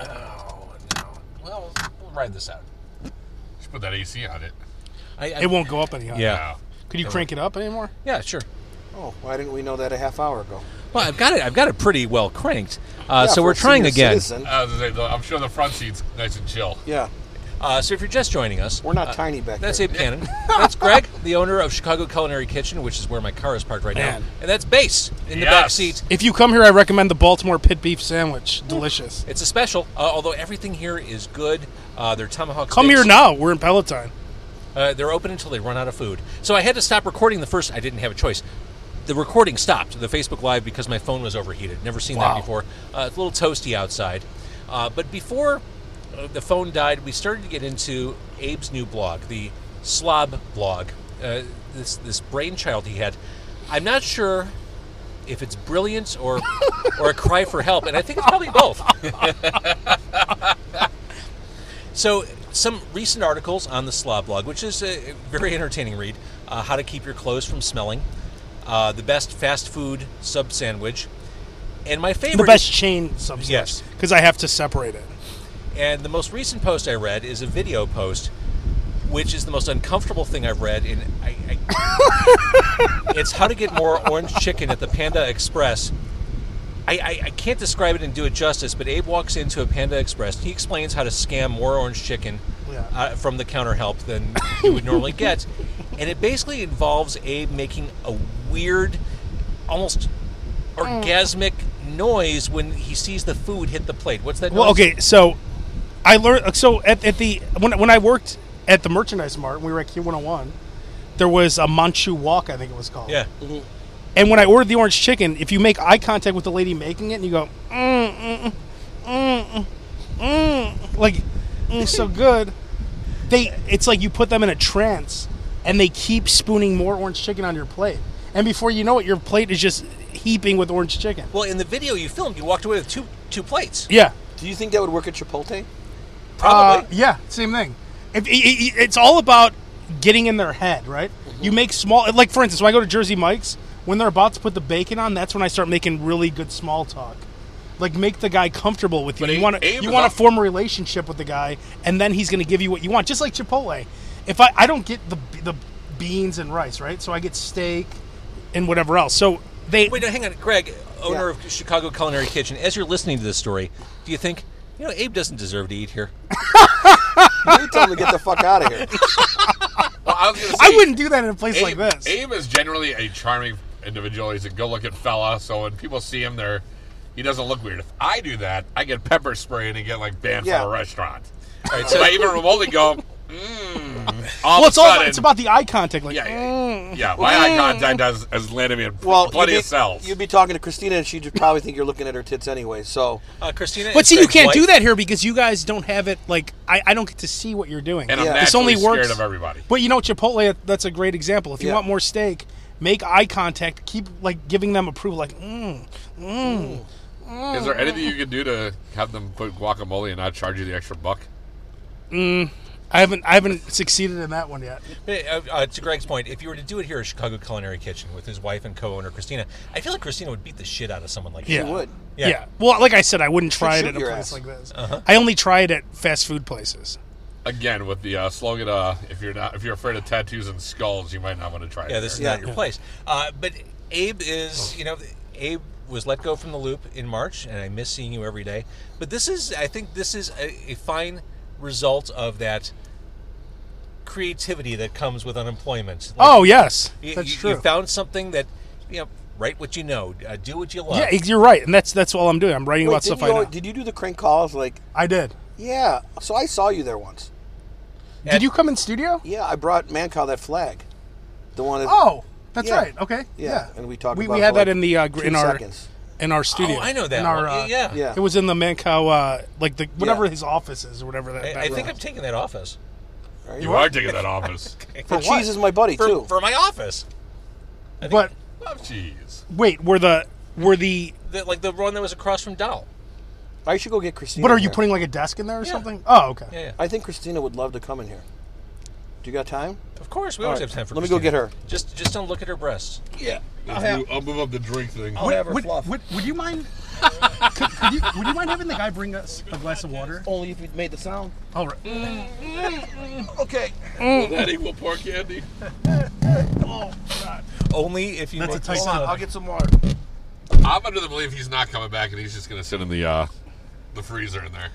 S2: Oh no. Well, we'll ride this out.
S3: Should put that AC on it.
S2: I, I,
S5: It won't go up any higher.
S2: Yeah.
S3: Wow.
S5: Could you crank it up anymore?
S2: Yeah. Sure.
S6: Oh, why didn't we know that a half hour ago?
S2: Well, I've got it. I've got it pretty well cranked. Uh,
S6: Yeah,
S2: so
S6: for
S2: we're
S6: a
S2: trying
S6: senior
S2: again.
S6: citizen.
S3: I was gonna say, though, I'm sure the front seat's nice and chill.
S6: Yeah,
S2: Uh, so if you're just joining us,
S6: we're not tiny back
S2: Uh, That's
S6: there.
S2: Abe Cannon. That's Greg, the owner of Chicago Culinary Kitchen, which is where my car is parked right now.
S5: Man.
S2: And that's Bass in the
S3: Yes.
S2: back seat.
S5: If you come here, I recommend the Baltimore pit beef sandwich. Delicious.
S2: It's a special, uh, although everything here is good. Uh, their tomahawk.
S5: Come
S2: steaks-
S5: here now. We're in Palatine.
S2: Uh, they're open until they run out of food. So I had to stop recording the first. I didn't have a choice. The recording stopped, the Facebook Live, because my phone was overheated. Never seen that before. Uh, it's a little toasty outside. Uh, but before uh, the phone died, we started to get into Abe's new blog, the Slob blog. Uh, this this brainchild he had. I'm not sure if it's brilliant or or a cry for help, and I think it's probably both. So, some recent articles on the Slob Blog, which is a very entertaining read. Uh, how to keep your clothes from smelling, uh, the best fast food sub sandwich, and my favorite.
S5: The best chain substance.
S2: Yes.
S5: Because I have to separate it.
S2: And the most recent post I read is a video post, which is the most uncomfortable thing I've read. In I, I, it's how to get more orange chicken at the Panda Express. I, I, I can't describe it and do it justice, but Abe walks into a Panda Express. He explains how to scam more orange chicken
S5: Yeah.
S2: uh, from the counter help than you would normally get, and it basically involves Abe making a weird, almost orgasmic noise when he sees the food hit the plate. What's that? Noise?
S5: Well, okay, so I learned. uh, So at, at the when when I worked at the merchandise mart, when we were at Q one hundred and one. There was a Manchu walk, I think it was called.
S2: Yeah.
S5: And when I ordered the orange chicken, if you make eye contact with the lady making it, and you go, mm, mm, mm, mm, mm, like, mm, so good, they it's like you put them in a trance, and they keep spooning more orange chicken on your plate, and before you know it, your plate is just heaping with orange chicken.
S2: Well, in the video you filmed, you walked away with two two plates.
S5: Yeah.
S6: Do you think that would work at Chipotle?
S2: Probably.
S5: Uh, yeah, same thing. If, i- i- i- it's all about getting in their head, right? You make small, like for instance, when I go to Jersey Mike's, when they're about to put the bacon on, that's when I start making really good small talk. Like make the guy comfortable with you.
S3: But
S5: you
S3: Abe-
S5: want to
S3: Abe
S5: you
S3: is
S5: want
S3: up-
S5: to form a relationship with the guy, and then he's going to give you what you want. Just like Chipotle, if I, I don't get the the beans and rice, right? So I get steak and whatever else. So they
S2: Wait, no, hang on, Greg, owner of Chicago Culinary Kitchen. As you're listening to this story, do you think you know Abe doesn't deserve to eat here?
S6: You tell them to get the fuck out of here.
S3: Well, I, was gonna
S5: I
S3: say,
S5: wouldn't do that in a place
S3: Abe,
S5: like this.
S3: Abe is generally a charming individual. He's a good-looking fella, so when people see him there, he doesn't look weird. If I do that, I get pepper sprayed and get like banned
S6: Yeah.
S3: from a restaurant.
S2: All right,
S3: So
S2: so
S3: I even remotely go, mmm. All
S5: well,
S3: of
S5: it's
S3: a
S5: all
S3: sudden,
S5: about, it's about the eye contact. Like,
S3: yeah, yeah, yeah. My eye contact has, has landed me in
S6: Well,
S3: plenty
S6: you'd be,
S3: of cells.
S6: You'd be talking to Christina, and she'd probably think you're looking at her tits anyway. So
S2: uh, Christina.
S5: But
S2: is
S5: see, you
S2: Greg's
S5: can't do
S2: wife.
S5: that here because you guys don't have it. Like, I, I don't get to see what you're doing.
S3: and I'm
S6: Yeah.
S3: naturally
S5: This only works-
S3: scared of everybody.
S5: But you know, Chipotle, that's a great example. If you
S6: Yeah.
S5: want more steak, make eye contact. Keep like giving them approval. Like, mm.
S3: Is there anything you can do to have them put guacamole and not charge you the extra buck?
S5: I haven't, I haven't succeeded in that one yet.
S2: Hey, uh, uh, to Greg's point, if you were to do it here at Chicago Culinary Kitchen with his wife and co-owner Christina, I feel like Christina would beat the shit out of someone like
S5: Yeah.
S6: you would.
S2: Yeah.
S5: Yeah. Well, like I said, I wouldn't try it
S6: shoot
S5: at a
S6: your
S5: place
S6: ass.
S5: like this. I only try it at fast food places.
S3: Again, with the uh, slogan, uh, "If you're not, if you're afraid of tattoos and skulls, you might not want to try it."
S2: that. Yeah, this is
S3: there.
S2: not your place. Uh, but Abe is, you know, Abe was let go from the loop in March, and I miss seeing you every day. But this is, I think, this is a, a fine result of that creativity that comes with unemployment. Like,
S5: Oh yes,
S2: you,
S5: that's
S2: you-
S5: true.
S2: You found something that, you know, write what you know, uh, do what you love.
S5: yeah, you're right, and that's that's all I'm doing. I'm writing
S6: Wait,
S5: about
S6: didn't
S5: stuff I
S6: you,
S5: know.
S6: al- did you do the crank calls? Like,
S5: I did.
S6: yeah. So I saw you there once.
S2: And-
S5: Did you come in studio?
S6: Yeah, I brought Mancow that flag. The one. That,
S5: Oh, that's
S6: Yeah.
S5: right. Okay.
S6: Yeah, and we talked
S5: We,
S6: about
S5: we
S6: it
S5: had
S6: for
S5: that
S6: like
S5: in the uh, gr-
S6: two
S5: in our
S6: seconds.
S5: in our studio.
S2: Oh, I know that.
S5: In our,
S2: one.
S5: uh,
S2: yeah.
S6: Yeah.
S5: It was in the Mancow, uh, like the whatever
S6: Yeah.
S5: his office is or whatever that.
S2: I, I
S5: that
S2: think
S5: was.
S2: I'm taking that office.
S3: You are taking that office.
S6: For
S2: For
S6: cheese is my buddy
S2: for,
S6: too.
S2: for my office.
S5: But
S3: Oh, jeez.
S5: wait, were the were the
S2: The, like the one that was across from Doll.
S6: I should go get Christina.
S5: what are you
S6: here.
S5: putting like a desk in there or
S2: Yeah.
S5: something? Oh, okay.
S2: Yeah, yeah.
S6: I think Christina would love to come in here. Do you got time?
S2: Of course, we always
S6: All right.
S2: have time for.
S6: Let me go
S2: Christina.
S6: get her.
S2: Just, just don't look at her breasts.
S6: Yeah.
S3: I'll, move, I'll move up the drink thing.
S2: I'll have her
S5: Would,
S2: fluff.
S5: would, would you mind? could, could you, would you mind having the guy bring us a glass of water?
S6: Only if you made the sound.
S5: All
S2: Mm,
S5: right.
S6: Okay.
S3: that equal pork candy.
S2: Only if you.
S5: That's a
S2: make-
S5: tight
S2: Hold on,
S5: stop.
S2: I'll get-
S6: get some water.
S3: I'm under the belief he's not coming back, and he's just gonna sit in the uh, the freezer in there.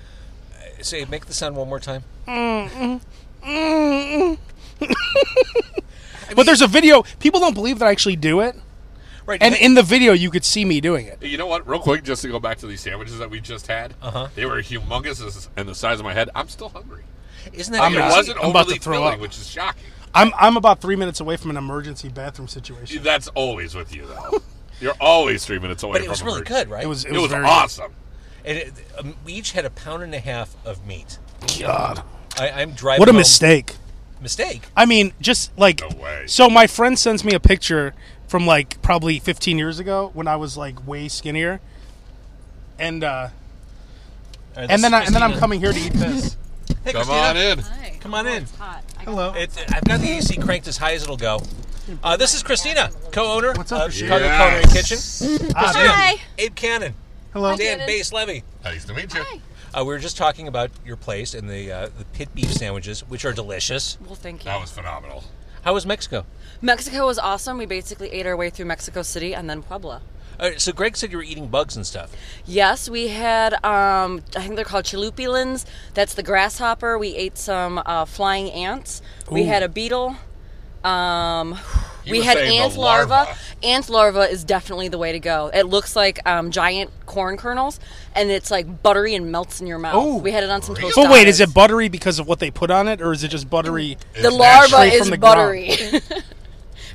S2: Say, make the sound one more time.
S5: But there's a video. People don't believe that I actually do it,
S2: Right.
S5: and
S2: hey,
S5: in the video you could see me doing it.
S3: Hey, You know what? Real quick, just to go back to these sandwiches that we just had. Uh-huh. They were humongous as- and the size of my head. I'm still hungry.
S2: isn't that
S5: I'm
S3: it
S5: not-
S2: crazy?
S3: wasn't
S5: I'm
S3: overly
S5: about to throw
S3: filling,
S5: up.
S3: which is shocking.
S5: I'm I'm about three minutes away from an emergency bathroom situation.
S3: That's always with you, though. You're always three minutes away
S2: But
S3: from
S2: it was really
S3: emergency.
S2: good, right?
S5: It was it,
S3: It was
S5: very
S3: awesome.
S2: And it, um, we each had a pound and a half of meat.
S5: God.
S2: I, I'm driving.
S5: What a
S2: home-
S5: mistake.
S2: Mistake.
S5: I mean, just like
S3: No way.
S5: so my friend sends me a picture from like probably 15 years ago when I was like way skinnier. And uh
S2: All right, this
S5: and then
S2: is
S5: I, and then I'm
S2: Christina.
S5: coming here to eat this.
S2: Hey,
S3: Come
S2: Christina.
S3: on in.
S7: Hi.
S2: Come on
S7: Oh,
S2: in.
S7: It's hot. I got
S5: Hello.
S2: It, I've got the AC cranked as high as it'll go. Uh, this is Christina, co-owner
S5: What's up,
S2: of
S5: Christina? Ah,
S2: Chicago
S3: Yes.
S2: Culinary Kitchen. Christina,
S7: Hi.
S2: Abe Cannon,
S5: Hello.
S2: Dan
S7: Cannon.
S2: Bass Levy.
S3: Nice to meet you.
S7: Hi.
S2: Uh, we were just talking about your place and the uh, the pit beef sandwiches, which are delicious.
S7: Well, thank you.
S3: That was phenomenal.
S2: How was Mexico?
S7: Mexico was awesome. We basically ate our way through Mexico City and then Puebla.
S2: All right, Uh, so Greg said you were eating bugs and stuff.
S7: Yes, we had, um, I think they're called chilupilins. That's the grasshopper. We ate some uh, flying ants. We had a beetle. Um,
S3: You
S7: we
S3: were
S7: had
S3: saying the
S7: ant
S3: larva.
S7: larva. Ant larva is definitely the way to go. It looks like um, giant corn kernels, and it's like buttery and melts in your mouth.
S5: Oh.
S7: we had it on some toast.
S5: But wait, is it buttery because of what they put on it or is it just buttery?
S7: the
S3: It's
S7: larva
S5: straight from
S7: is
S5: the ground?
S7: buttery?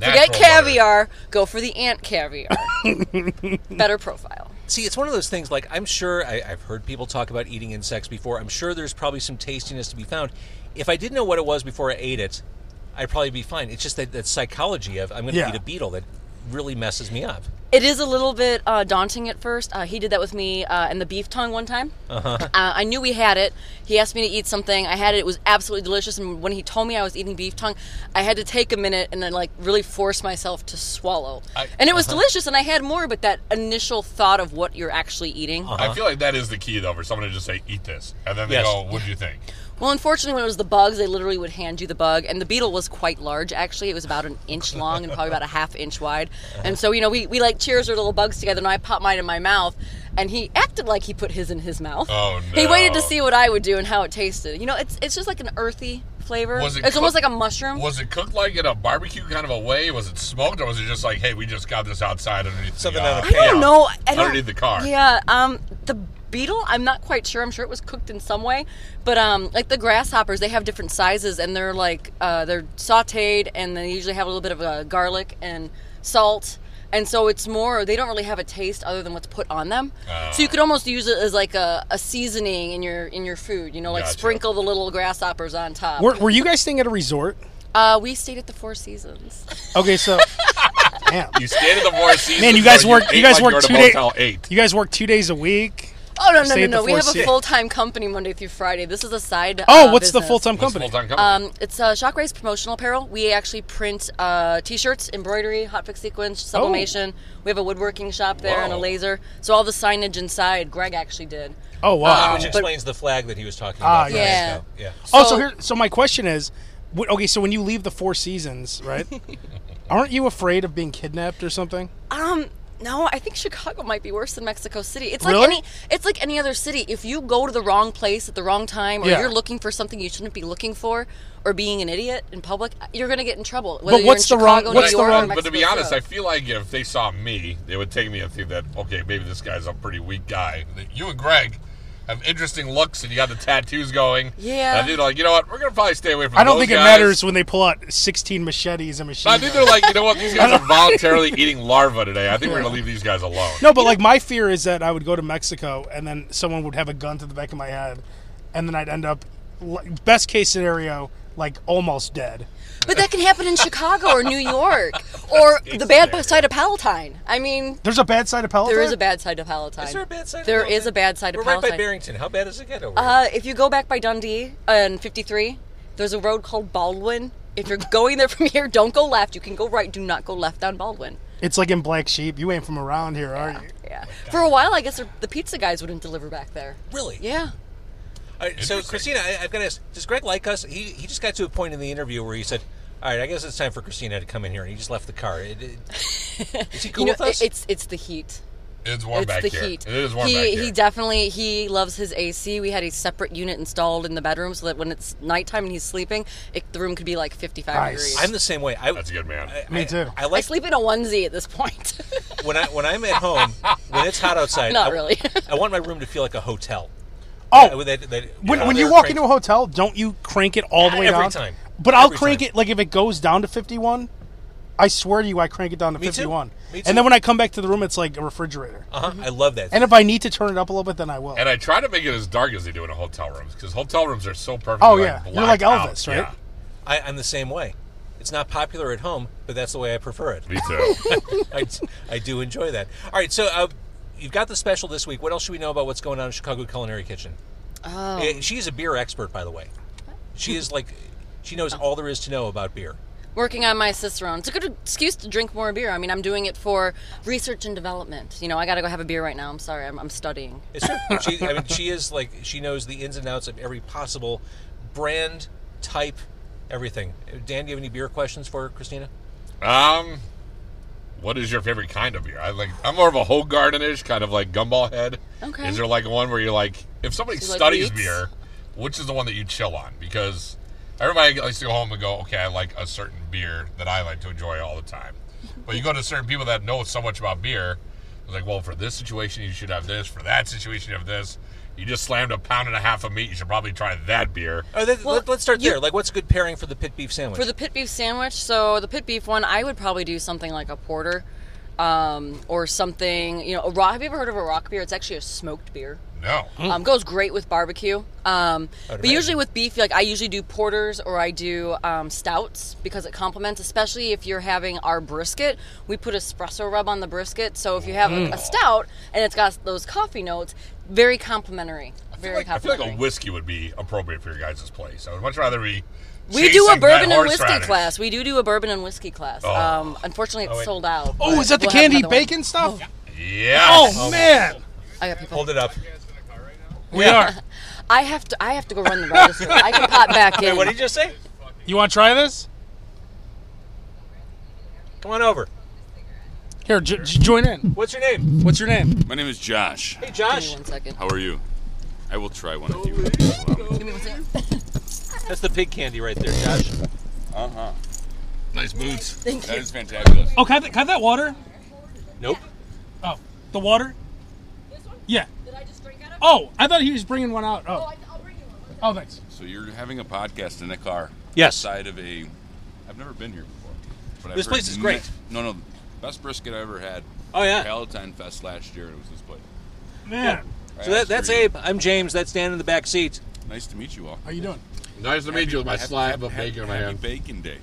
S7: Forget
S3: Natural
S7: caviar. Go for the ant caviar. Better profile.
S2: See, it's one of those things. Like I'm sure I, I've heard people talk about eating insects before. I'm sure there's probably some tastiness to be found. If I didn't know what it was before I ate it, I'd probably be fine. It's just that that psychology of I'm going to
S5: Yeah.
S2: eat a beetle that really messes me up.
S7: It is a little bit uh, daunting at first. Uh, he did that with me uh, and the beef tongue one time. Uh-huh. I knew we had it. He asked me to eat something. I had it. It was absolutely delicious. And when he told me I was eating beef tongue, I had to take a minute and then like really force myself to swallow.
S3: I-
S7: and it was delicious. And I had more, but that initial thought of what you're actually eating.
S3: I feel like that is the key, though, for someone to just say, eat this. And then they
S2: Yes.
S3: go, what'd you think?
S7: Well, unfortunately, when it was the bugs, they literally would hand you the bug, and the beetle was quite large. Actually, it was about an inch long and probably about a half inch wide. And so, you know, we, we like cheers our little bugs together, and I popped mine in my mouth, and he acted like he put his in his mouth.
S3: Oh,
S7: He waited to
S3: no.
S7: see what I would do and how it tasted. You know, it's it's just like an earthy flavor.
S3: Was it
S7: it's almost
S3: cooked?
S7: like a mushroom.
S3: Was it cooked like in a barbecue kind of a way? Was it smoked, or was it just like, hey, we just got this outside underneath
S2: Something
S3: the,
S2: out of
S3: uh,
S2: a
S7: I don't know. I don't,
S3: underneath the car?
S7: Yeah, um, the beetle. I'm not quite sure. I'm sure it was cooked in some way, but um, like the grasshoppers, they have different sizes, and they're like uh, they're sautéed, and they usually have a little bit of uh, garlic and salt, and so it's more. They don't really have a taste other than what's put on them. so you
S3: Ah.
S7: could almost use it as like a, a seasoning in your in your food. You know, like
S3: Gotcha.
S7: sprinkle the little grasshoppers on top.
S5: Were, were you guys staying at a resort?
S7: uh, we stayed at the Four Seasons.
S5: Okay, so Damn.
S3: You stayed at the Four Seasons.
S5: Man, you guys
S3: though,
S5: work
S3: ate
S5: you guys
S3: like
S5: work
S3: were at a
S5: 2 days
S3: Motel 8.
S5: You guys work 2 days a week.
S7: Oh no no
S5: Stay
S7: no
S5: at the
S7: no! We
S5: Four
S7: have a
S5: Seasons.
S7: full time company Monday through Friday. This is a side.
S5: Oh,
S7: uh,
S5: what's the
S7: business.
S5: full-time
S3: What's
S5: company?
S3: full-time company?
S7: Um, it's uh, Shockwave's promotional apparel. We actually print uh, t-shirts, embroidery, hot fix sequence, sublimation.
S5: Oh.
S7: We have a woodworking shop there and a
S3: Wow.
S7: laser. So all the signage inside, Greg actually did.
S5: Oh wow.
S2: Which
S7: But-
S2: explains the flag that he was talking
S5: Ah,
S2: about.
S5: yeah.
S7: Yeah.
S2: Mexico. yeah.
S5: oh, so here so my question is wh- okay, so when you leave the Four Seasons, right? aren't you afraid of being kidnapped or something?
S7: Um, no, I think Chicago might be worse than Mexico City. It's like
S5: Really?
S7: any it's like any other city. If you go to the wrong place at the wrong time, or
S5: Yeah.
S7: you're looking for something you shouldn't be looking for, or being an idiot in public, you're gonna get in trouble. Whether you're
S5: what's
S7: in
S5: the wrong-
S7: Chicago,
S5: what's
S7: New
S5: the
S7: York, or
S5: wrong-
S3: But to be
S7: Mexico
S3: honest,
S7: City.
S3: I feel like if they saw me, they would take me and think that okay, maybe this guy's a pretty weak guy. You and Greg have interesting looks, and you got the tattoos going.
S7: Yeah.
S3: And they're like, you know what? We're gonna probably stay away from.
S5: I don't
S3: those
S5: think it
S3: guys."
S5: matters when they pull out 16 machetes and
S3: I
S5: machines.
S3: think they're like, you know what? These guys are voluntarily eating larva today. I think we're gonna leave these guys alone.
S5: No, but like my fear is that I would go to Mexico and then someone would have a gun to the back of my head, and then I'd end up, like, best case scenario, like almost dead.
S7: But that can happen in Chicago or New York or the bad side of Palatine. I mean,
S5: There's a bad side of Peloton.
S7: there is a bad side of Palatine.
S2: Is there a bad side?
S7: There
S2: of
S7: is a bad side
S2: We're
S7: of
S2: right by
S7: Palatine.
S2: Barrington. How bad does it get over
S7: uh, if you go back by Dundee and 53, there's a road called Baldwin. If you're going there from here, don't go left. You can go right. Do not go left on Baldwin.
S5: It's like in Black Sheep. You ain't from around here, are you?
S7: Yeah. For a while, I guess there- the pizza guys wouldn't deliver back there.
S2: here? Really?
S7: Yeah.
S2: All right, so,
S3: Interesting.
S2: Christina, I, I've got to ask: Does Greg like us? He he just got to a point in the interview where he said, "All right, I guess it's time for Christina to come in here," and he just left the car. It, it, is he cool
S7: you know,
S2: with us?
S7: it- it's it's the heat.
S3: It's warm
S7: it's
S3: back
S7: the
S3: here.
S7: heat.
S3: It is warm
S7: he
S3: back here.
S7: he definitely he loves his AC. We had a separate unit installed in the bedroom so that when it's nighttime and he's sleeping, it, the room could be like 55
S5: Nice.
S7: degrees.
S2: I'm the same way. I,
S3: That's a good man.
S2: I-
S5: Me
S2: I-
S5: too.
S2: I
S7: I
S2: like
S7: sleep in a onesie at this point.
S2: when I when I'm at home when it's hot outside.
S7: Not
S2: I-
S7: really.
S2: I want my room to feel like a hotel.
S5: Oh,
S2: Uh, with that- that-
S5: when,
S2: know,
S5: when
S2: they're
S5: you walk
S2: crank-
S5: into a hotel, don't you crank it all the way
S2: Every
S5: down?
S2: time.
S5: But I'll
S2: Every
S5: crank
S2: time.
S5: it like if it goes down to 51, I swear to you I crank it down to
S2: Me too.
S5: 51.
S2: Me
S5: And
S2: too.
S5: then when I come back to the room it's like a refrigerator.
S2: Uh-huh. I love that.
S5: And if I need to turn it up a little bit then I will.
S3: And I try to make it as dark as they do in hotel rooms because hotel rooms are so perfect.
S5: Oh, yeah. You're like Elvis, right?
S2: I, I'm the same way. It's not popular at home, but that's the way I prefer it.
S3: Me too.
S2: I, I do enjoy that. All right, so uh, you've got the special this week. What else should we know about what's going on in Chicago Culinary Kitchen? Oh. she's a beer expert, by the way. She is like, she knows all there is to know about beer.
S7: working on my cicerone. It's a good excuse to drink more beer. I mean, I'm doing it for research and development. You know, I got to go have a beer right now. I'm sorry, I'm, I'm studying.
S2: It's true. she, I mean, she is like, she knows the ins and outs of every possible brand, type, everything. Uh, Dan, do you have any beer questions for Christina?
S3: Um, what is your favorite kind of beer? I like. I'm more of a whole garden-ish kind of like gumball head.
S7: Okay.
S3: Is there like one where you're like, if somebody
S7: So, like,
S3: studies
S7: wheats?
S3: beer, which is the one that you chill on? Because everybody likes to go home and go, okay, I like a certain beer that I like to enjoy all the time. But you go to certain people that know so much about beer. It's like, well, for this situation you should have this. For that situation you have this. You just slammed a pound and a half of meat. You should probably try that beer.
S2: Oh, that,
S7: Well,
S2: let, us start
S7: you-
S2: there. Like, what's a good pairing for the pit beef sandwich?
S7: For the pit beef sandwich, so the pit beef one, I would probably do something like a porter um, or something, you know, a raw. Have you ever heard of a rock beer? It's actually a smoked beer.
S3: No.
S7: Um, goes great with barbecue. Um, but
S2: imagine.
S7: usually with beef, like I usually do porters or I do um, stouts because it complements. Especially if you're having our brisket, we put espresso rub on the brisket. So if you have a, a stout and it's got those coffee notes, very complimentary. Very
S3: I feel like
S7: complimentary.
S3: a whiskey would be appropriate for your guys' place. I would much rather be.
S7: we do a
S3: chasing that
S7: bourbon and whiskey
S3: horseradish.
S7: class. We do do a bourbon and whiskey class. Um, unfortunately, it's
S2: wait.
S7: sold out.
S5: Oh,
S7: but
S5: is that the
S7: we'll have
S5: candied
S7: another one.
S5: bacon stuff?
S3: Yes.
S5: Oh, man.
S7: I got people.
S2: Hold it up.
S5: We are.
S7: I have to. I have to go run the register. I can pop back in.
S2: What did you just say?
S5: You want to try this?
S2: Come on over.
S5: Here, j- j- join in.
S2: What's your name?
S5: What's your name?
S8: My name is Josh.
S2: Hey,
S7: Give me
S2: Josh.
S7: one second.
S8: How are you? I will try one of you.
S7: Give me one second.
S2: That's the pig candy right there, Josh.
S8: Uh huh.
S3: Nice boots.
S7: Thank
S8: That
S7: you.
S8: is fantabulous.
S5: Oh, can I, th- can I have that water?
S2: Nope.
S5: Oh, the water?
S7: This one?
S5: Yeah.
S7: Did I just drink out of?
S5: Oh, I thought he was bringing one out. Oh,
S7: I'll bring you one.
S5: oh thanks.
S8: So you're having a podcast in a car.
S2: Yes.
S8: Side of a. I've never been here before. But I've
S2: This
S8: heard
S2: place is
S8: ma-
S2: great.
S8: No, no. Best brisket I ever had.
S2: Oh, yeah.
S8: Palatine Fest last year, and it was this place.
S5: Man,
S8: I
S2: So that,
S8: asked
S2: that's
S8: her,
S2: Abe. I'm James. That's Dan in the back seat.
S8: Nice to meet you all.
S5: how you doing?
S3: Nice to meet you with my
S8: Happy-
S3: slab of
S8: happy-
S3: bacon in my
S8: happy
S3: hand.
S8: Bacon Day.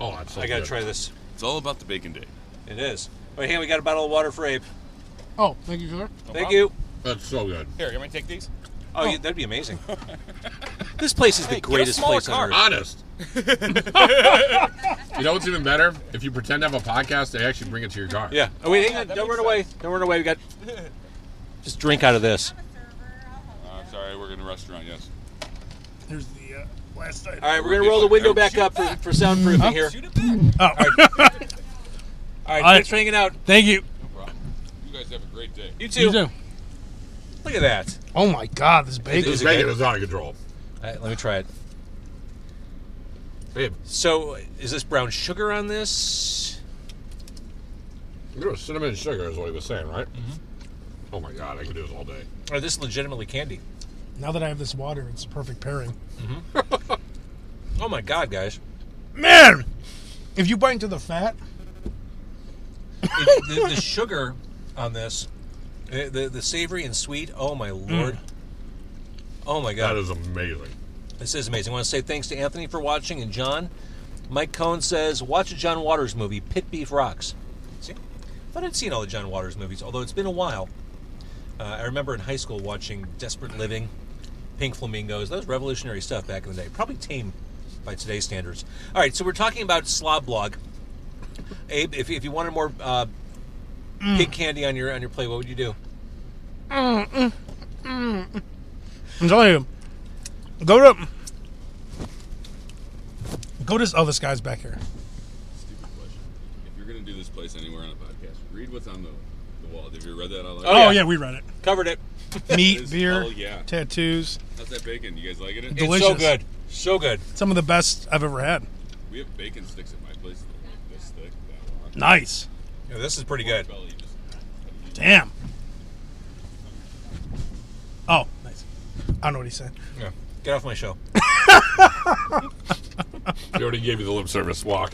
S3: Oh, that's so
S2: I gotta
S3: good.
S2: try this.
S8: It's all about the Bacon Day.
S2: It is. Wait, hang on. We got a bottle of water for Abe.
S5: Oh, thank you, sir.
S8: No
S2: Thank
S8: problem.
S2: you.
S3: That's so good.
S8: Here, you want me to take these?
S2: Oh, yeah, that'd be amazing. this place is the
S8: get a
S2: greatest
S8: smaller
S2: place on
S8: car.
S2: earth.
S3: Honest. you know what's even better? If you pretend to have a podcast, they actually bring it to your car.
S2: Yeah. Oh, wait, hang
S8: yeah,
S2: on.
S8: that
S2: Don't
S8: makes
S2: run away. Don't run away. We got. Just drink out of this.
S8: Uh, sorry, we're in a restaurant, yes.
S5: Here's the uh, last item.
S2: All right, we're gonna roll the window back up for, for soundproofing here. Oh. All right,
S5: I-
S2: thanks for hanging out.
S5: Thank you.
S8: No problem. You guys have a great day.
S2: You
S5: You
S2: too.
S5: too.
S2: Look at that.
S5: Oh my God, this bacon.
S3: This
S2: Is it
S3: bacon
S2: good?
S3: is out of
S2: All
S3: control.
S2: right, let me try it.
S3: Babe,
S2: So, is this brown sugar on this?
S3: there was cinnamon and sugar, is what he was saying, right? Oh my god, I could do this all day.
S2: Or this is legitimately candy?
S5: Now that I have this water, it's a perfect pairing.
S2: Oh my god, guys!
S5: Man, if you bite into the fat,
S2: It- the, the sugar on this, the, the the savory and sweet. Oh my lord! Oh my god!
S3: Mm. That is amazing.
S2: This is amazing. I want to say thanks to Anthony for watching and John. Mike Cohn says, watch a John Waters movie, Pit Beef Rocks. See? Thought I'd seen all the John Waters movies, although it's been a while. Uh, I remember in high school watching Desperate Living, Pink Flamingos. That was revolutionary stuff back in the day. Probably tame by today's standards. All right, so we're talking about Slob Blog. Abe, if, if you wanted more uh, pig candy on your on your plate, what would you do?
S5: I'm telling you, go to go to. Oh, this guy's back here.
S8: Stupid question. If you're going to do this place anywhere on a podcast, read what's on the, the wall. Have you read that out loud?
S2: Oh, yeah.
S5: Oh yeah, we read it.
S2: Covered it.
S5: Meat,
S8: It's-
S5: beer,
S8: oh, yeah.
S5: tattoos.
S8: How's that bacon? You guys liking it?
S5: Delicious.
S2: So good. So good.
S5: Some of the best I've ever had.
S8: We have bacon sticks at my place. that are This thick, that long.
S5: Nice.
S2: Yeah, this is pretty good.
S8: Belly just-
S5: Damn. Oh, nice. I don't know what he said.
S2: Yeah. Get off my show.
S3: They already gave you the lip service walk.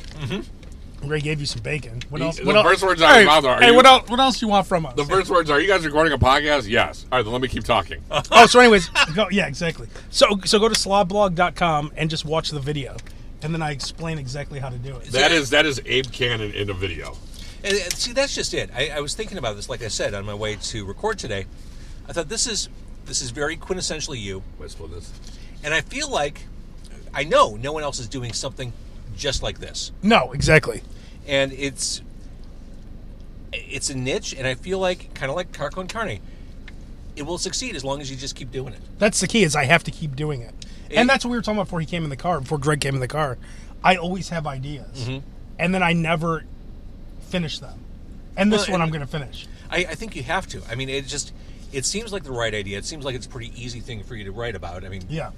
S5: Ray gave you some bacon. What else?
S3: the
S5: What else?
S3: first words out of
S5: Hey,
S3: his mouth are, are
S5: Hey,
S3: you-
S5: what else? What else do you want from us?
S3: The first words are, "You guys recording a podcast?" Yes. All right, then let me keep talking.
S5: oh, so anyways, go, yeah, exactly. So so go to slobblog.com and just watch the video, and then I explain exactly how to do it.
S3: That is that is Abe Cannon in a video.
S2: And, and see, that's just it. I, I was thinking about this, like I said, on my way to record today. I thought this is this is very quintessentially you,
S3: Am I supposed to do this?
S2: and I feel like I know no one else is doing something just like this,
S5: No, exactly.
S2: and it's it's a niche, and I feel like kind of like Carco and Carne, it will succeed as long as you just keep doing it.
S5: That's the key is I have to keep doing it.
S2: It-
S5: and that's what we were talking about before he came in the car, before Greg came in the car. I always have ideas. And then I never finish them. And this one
S2: Well, and-
S5: I'm going to finish.
S2: I, I think you have to. I mean, it just it seems like the right idea. It seems like it's a pretty easy thing for you to write about. I mean,
S5: Yeah.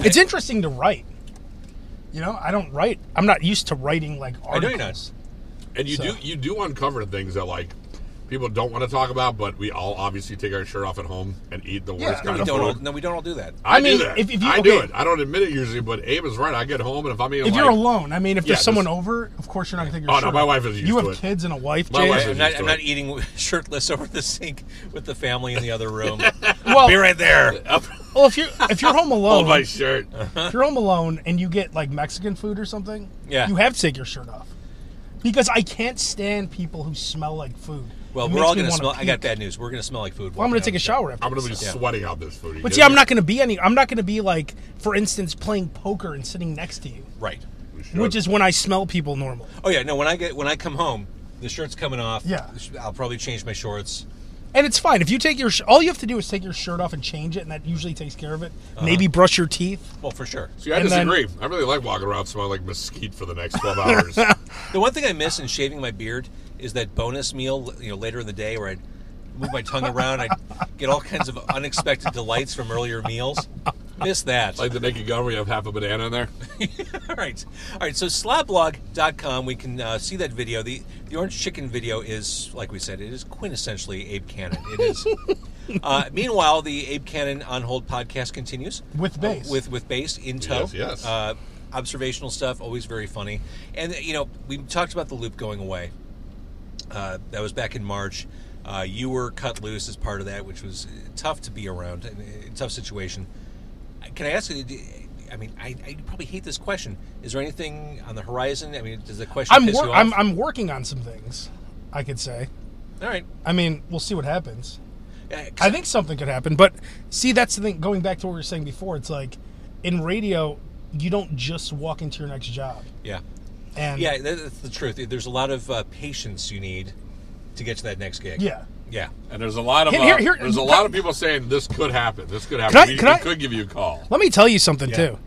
S5: It's interesting to write. You know, I don't write. I'm not used to writing like
S2: I
S5: articles.
S2: know you're not.
S3: And you do you do uncover things that like people don't want to talk about, but we all obviously take our shirt off at home and eat the worst
S5: Yeah,
S3: kind
S2: We
S3: of
S2: don't all,
S3: food.
S2: no, we don't all do that.
S3: I,
S5: I mean,
S3: do that.
S5: if- if you-
S3: I do
S5: okay.
S3: it. I don't admit it usually, but Abe is right. I get home and if I'm eating,
S5: If
S3: like,
S5: you're alone, I mean, if
S3: Yeah,
S5: there's someone
S3: this-
S5: over, of course you're not going to take your
S3: Oh, no,
S5: shirt
S3: my
S5: off.
S3: wife is used
S5: You
S3: to
S5: have
S3: it.
S5: kids and a wife,
S3: My
S5: Jay?
S3: wife
S2: I'm
S3: is-
S2: not,
S3: Just
S2: I'm
S3: do
S2: not
S3: it.
S2: eating shirtless over the sink with the family in the other room.
S5: Well,
S2: Be right
S5: Oh.
S2: there.
S5: well, if you're if you're home alone,
S3: hold my shirt.
S5: if you're home alone and you get like Mexican food or something,
S2: Yeah.
S5: you have to take your shirt off because I can't stand people who smell like food.
S2: Well,
S5: It
S2: we're
S5: makes
S2: all
S5: me
S2: gonna
S5: wanna
S2: smell. I got
S5: puke.
S2: bad news. We're gonna smell like food.
S5: Well, I'm gonna take
S2: walking
S5: a
S2: out of the
S5: shower after.
S3: I'm gonna be
S5: this.
S3: sweating out this food.
S5: But see, I'm not gonna be any. I'm not gonna be like, for instance, playing poker and sitting next to you,
S2: shower. Right.
S5: which is when I smell people normally.
S2: Oh yeah. No. When I get when I come home, the shirt's coming off.
S5: Yeah.
S2: I'll probably change my shorts.
S5: And it's fine if you take your. Sh- all you have to do is take your shirt off and change it, and that usually takes care of it.
S3: Uh-huh.
S5: Maybe brush your teeth.
S2: Well, for sure.
S3: See, I
S5: and then-
S3: disagree. I really like walking around smelling like mesquite for the next twelve hours.
S2: The one thing I miss in shaving my beard is that bonus meal. You know, later in the day where I would move my tongue around, I would get all kinds of unexpected delights from earlier meals. Miss that.
S3: like the naked gun where you have half a banana in there.
S2: All right, all right. So slobblog.com, we can uh, see that video. the The orange chicken video is, like we said, it is quintessentially Abe Cannon. It is. uh, meanwhile, the Abe Cannon on hold podcast continues
S5: With bass.
S2: Uh, with with bass in tow.
S3: Yes, yes.
S2: Uh, observational stuff, always very funny. And you know, we talked about the loop going away. Uh, that was back in March. Uh, you were cut loose as part of that, which was tough to be around and a tough situation. Can I ask you? do- I mean, I, I probably hate this question. Is there anything on the horizon? I mean, does the question
S5: I'm
S2: piss
S5: wor-
S2: you off?
S5: I'm I'm working on some things. I could say.
S2: All right.
S5: I mean, we'll see what happens.
S2: Uh, 'cause
S5: I think something could happen, but see, that's the thing. Going back to what we were saying before, it's like in radio, you don't just walk into your next job.
S2: Yeah.
S5: And
S2: Yeah, that- that's the truth. There's a lot of uh, patience you need to get to that next gig.
S5: yeah.
S2: Yeah.
S3: And there's a lot of
S5: Here-
S3: uh,
S5: here- here-
S3: there's a lot of people saying this could happen. This could happen.
S5: Can I-
S3: we,
S5: can
S3: we
S5: I-
S3: could give you a call.
S5: Let me tell you something too.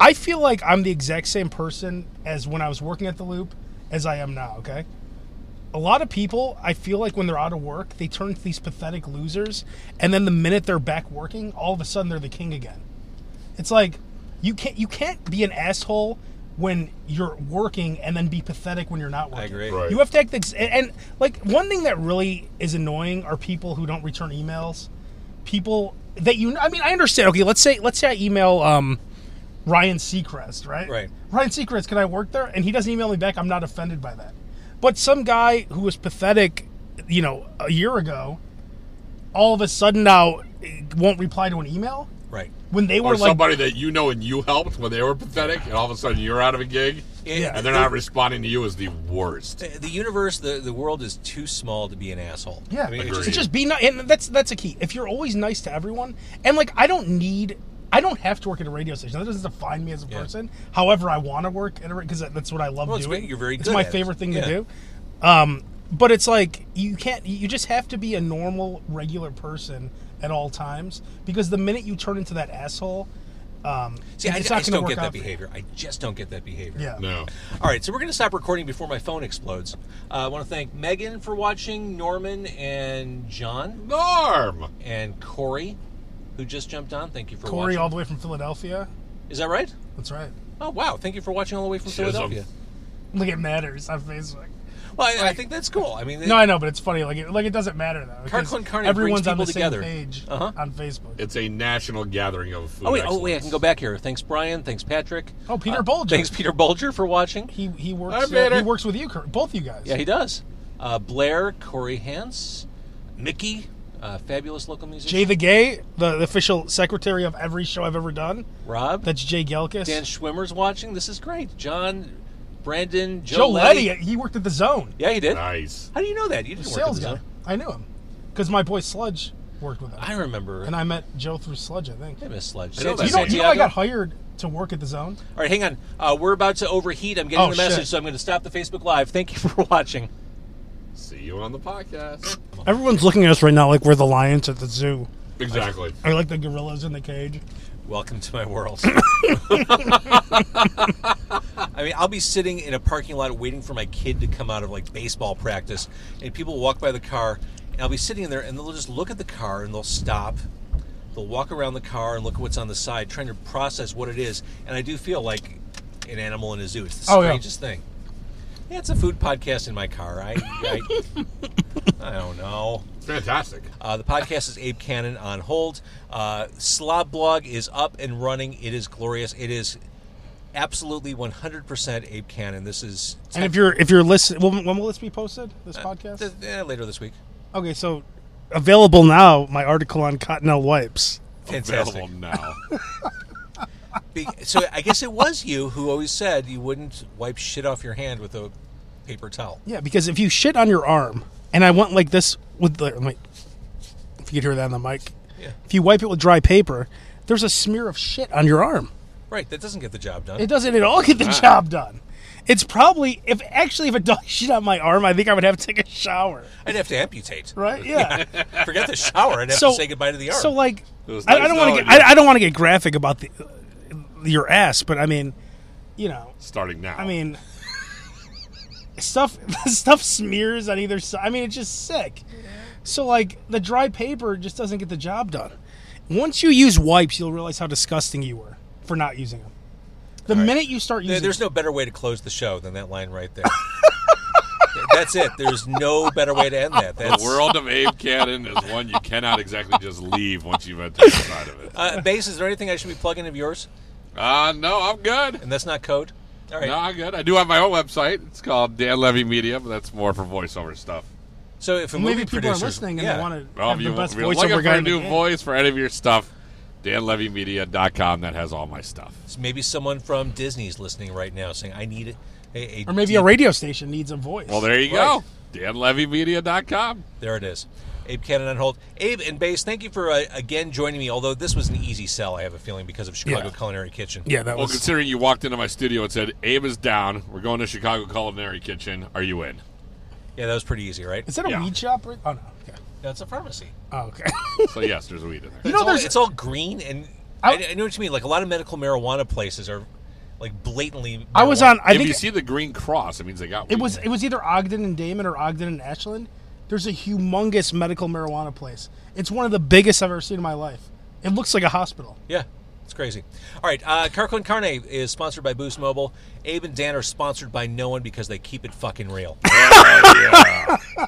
S5: I feel like I'm the exact same person as when I was working at the Loop as I am now. Okay. A lot of people, I feel like when they're out of work, they turn to these pathetic losers, and then the minute they're back working, all of a sudden they're the king again. It's like you can't you can't be an asshole when you're working and then be pathetic when you're not working.
S2: agree.
S3: Right.
S5: You have to act the ex- and, and like one thing that really is annoying are people who don't return emails. People that you I mean I understand. Okay, let's say let's say I email um Ryan Seacrest, right?
S2: Right.
S5: Ryan Seacrest, can I work there? And he doesn't email me back. I'm not offended by that. But some guy who was pathetic, you know, a year ago, all of a sudden now eh, won't reply to an email
S2: Right.
S5: when they were
S3: Or
S5: like
S3: somebody that you know and you helped when they were pathetic, and all of a sudden you're out of a gig,
S2: Yeah.
S3: and they're not responding to you is the worst.
S2: The universe, the, the world is too small to be an asshole.
S5: Yeah,
S2: I mean, it's
S3: Agreed.
S2: just-
S5: It's just be nice, and that's that's a key. If you're always nice to everyone, and like I don't need, I don't have to work at a radio station. That doesn't define me as a
S2: Yeah.
S5: person. However, I want to work at a because that's what I love
S2: Well, it's
S5: doing.
S2: great. You're very
S5: It's
S2: good
S5: my
S2: at it.
S5: favorite thing
S2: Yeah.
S5: to do. Um, but it's like you can't. You just have to be a normal, regular person at all times because the minute you turn into that asshole, um,
S2: See, I,
S5: it's
S2: I
S5: not
S2: just
S5: going to
S2: don't
S5: work
S2: get that
S5: out. for you.
S2: behavior. I just don't get that behavior.
S5: Yeah.
S3: No.
S2: All right, so we're going to stop recording before my phone explodes. Uh, I want to thank Megan for watching, Norman and John,
S3: Norm.
S2: and Corey, who just jumped on. Thank you for
S5: Corey,
S2: watching.
S5: all the way from Philadelphia.
S2: Is that right?
S5: That's right.
S2: Oh, wow. Thank you for watching all the way from
S3: Chisholm.
S2: Philadelphia.
S5: Look, it matters on Facebook.
S2: Well, I, I think that's cool. I mean,
S5: No, I know, but it's funny. Like, it, like it doesn't matter though. because
S2: Carco and Carne brings
S5: everyone's on
S2: people
S5: the same
S2: together.
S5: page
S2: Uh-huh.
S5: on Facebook.
S3: It's a national gathering of food.
S2: Oh wait, oh wait! I
S3: excellence.
S2: can go back here. Thanks, Brian. Thanks, Patrick. Uh,
S5: Oh, Peter Bolger.
S2: Thanks, Peter Bulger, for watching.
S5: He he works.
S3: Hi,
S5: uh,
S3: Peter.
S5: he works with you, Cur- both you guys.
S2: Yeah, he does. Uh, Blair, Corey Hance, Mickey, uh, fabulous local musician.
S5: Jay the Gay, the, the official secretary of every show I've ever done.
S2: Rob,
S5: That's Jay Gelkis.
S2: Dan Schwimmer's watching. This is great. John, Brandon, Joe,
S5: Joe
S2: Letty.
S5: Letty, he worked at the Zone.
S2: Yeah, he did.
S3: Nice.
S2: How do you know that? You didn't work
S5: Sales
S2: at the
S5: guy.
S2: Zone.
S5: I knew him because my boy Sludge worked with him,
S2: I remember.
S5: and I met Joe through Sludge. I think.
S2: I miss Sledge.
S3: I know
S5: You
S3: that
S5: know,
S3: Santiago.
S5: you know, I got hired to work at the Zone.
S2: All right, hang on. Uh, we're about to overheat. I'm getting
S5: Oh,
S2: the message,
S5: shit.
S2: so I'm going to stop the Facebook Live. Thank you for watching.
S3: See you on the podcast.
S5: Everyone's looking at us right now like we're the lions at the zoo,
S3: Exactly.
S5: or like the gorillas in the cage.
S2: Welcome to my world. I mean, I'll be sitting in a parking lot waiting for my kid to come out of like baseball practice, and people walk by the car, and I'll be sitting in there, and they'll just look at the car and they'll stop. They'll walk around the car and look at what's on the side, trying to process what it is. And I do feel like an animal in a zoo. It's the
S5: Oh, yeah.
S2: strangest thing. Yeah, it's a food podcast in my car. I, I, I don't know.
S3: Fantastic.
S2: Uh, the podcast is Abe Cannon on hold. Uh, Slob Blog is up and running. It is glorious. It is absolutely 100% Abe Cannon. This is
S5: And if you're if you're listening, when, when will this be posted? Uh, This podcast?
S2: Th- eh, later this week.
S5: okay, so available now. My article on Cottonelle wipes.
S2: Fantastic.
S3: Available now.
S2: Be- So I guess it was you who always said you wouldn't wipe shit off your hand with a paper towel.
S5: Yeah, because if you shit on your arm, and I went like this with the wait, if you could hear that on the mic,
S2: Yeah.
S5: if you wipe it with dry paper, there's a smear of shit on your arm.
S2: Right, that doesn't get the job done.
S5: It doesn't at all get the job done. It's probably if actually if a dog shit on my arm, I think I would have to take a shower.
S2: I'd have to amputate.
S5: Right? Yeah.
S2: Forget the shower. I'd have to say goodbye to the arm.
S5: So like,
S3: It was
S5: I, I
S3: nice
S5: don't want to
S3: knowing
S5: get
S3: you.
S5: I, I don't want to get graphic about the your ass, but I mean, you know,
S3: Starting now.
S5: I mean, stuff stuff smears on either side. I mean, it's just sick. So like the dry paper just doesn't get the job done. Once you use wipes, you'll realize how disgusting you were for not using them. The minute you start
S2: There-
S5: using,
S2: There's no better way to close the show than that line right there. That's it. There's no better way to end that.
S3: the
S2: That's
S3: world of Abe Cannon is one you cannot exactly just leave once you've entered inside of it.
S2: Uh, base, is there anything I should be plugging of yours?
S3: Uh, no, I'm good.
S2: And that's not code. All right.
S3: No, I'm good. I do have my own website. It's called Dan Levy Media, but that's more for voiceover stuff.
S2: So if a
S5: maybe
S2: movie
S5: people
S2: producer,
S5: are listening and
S2: yeah,
S5: they want to
S3: Well,
S5: have
S3: if, you,
S5: the best
S3: if you're
S5: voiceover
S3: looking for
S5: guy
S3: a
S5: in the
S3: new
S5: game.
S3: voice for any of your stuff, DanLevyMedia.com. That has all my stuff.
S2: maybe someone from Disney's listening right now, saying, "I need a, a,
S5: or maybe a radio station needs a voice.
S3: Well, there you
S2: Right.
S3: go. DanLevyMedia.com.
S2: There it is. Abe Cannon on hold. Abe and Base, thank you for uh, again joining me. Although this was an easy sell, I have a feeling because of Chicago
S5: Yeah.
S2: Culinary Kitchen.
S5: yeah, that
S3: Well,
S5: was
S3: considering you walked into my studio and said, Abe is down. We're going to Chicago Culinary Kitchen. Are you in?
S2: yeah, that was pretty easy, right?
S5: Is that a
S3: Yeah.
S5: weed shop? Right? Oh no. Okay.
S2: That's a pharmacy.
S5: Oh, okay.
S3: So, yes, there's weed in there.
S5: You know,
S2: it's, all,
S5: there's-
S2: it's all green, and I, I know what you mean. Like a lot of medical marijuana places are like blatantly.
S5: I was
S2: marijuana.
S5: on. I
S3: if
S5: think
S3: you see the green cross, it means they got weed.
S5: it was it was either Ogden and Damon or Ogden and Ashland. There's a humongous medical marijuana place. It's one of the biggest I've ever seen in my life. It looks like a hospital.
S2: Yeah, it's crazy. All right, uh, Carco and Carne is sponsored by Boost Mobile. Abe and Dan are sponsored by no one because they keep it fucking real.
S3: Yeah, yeah.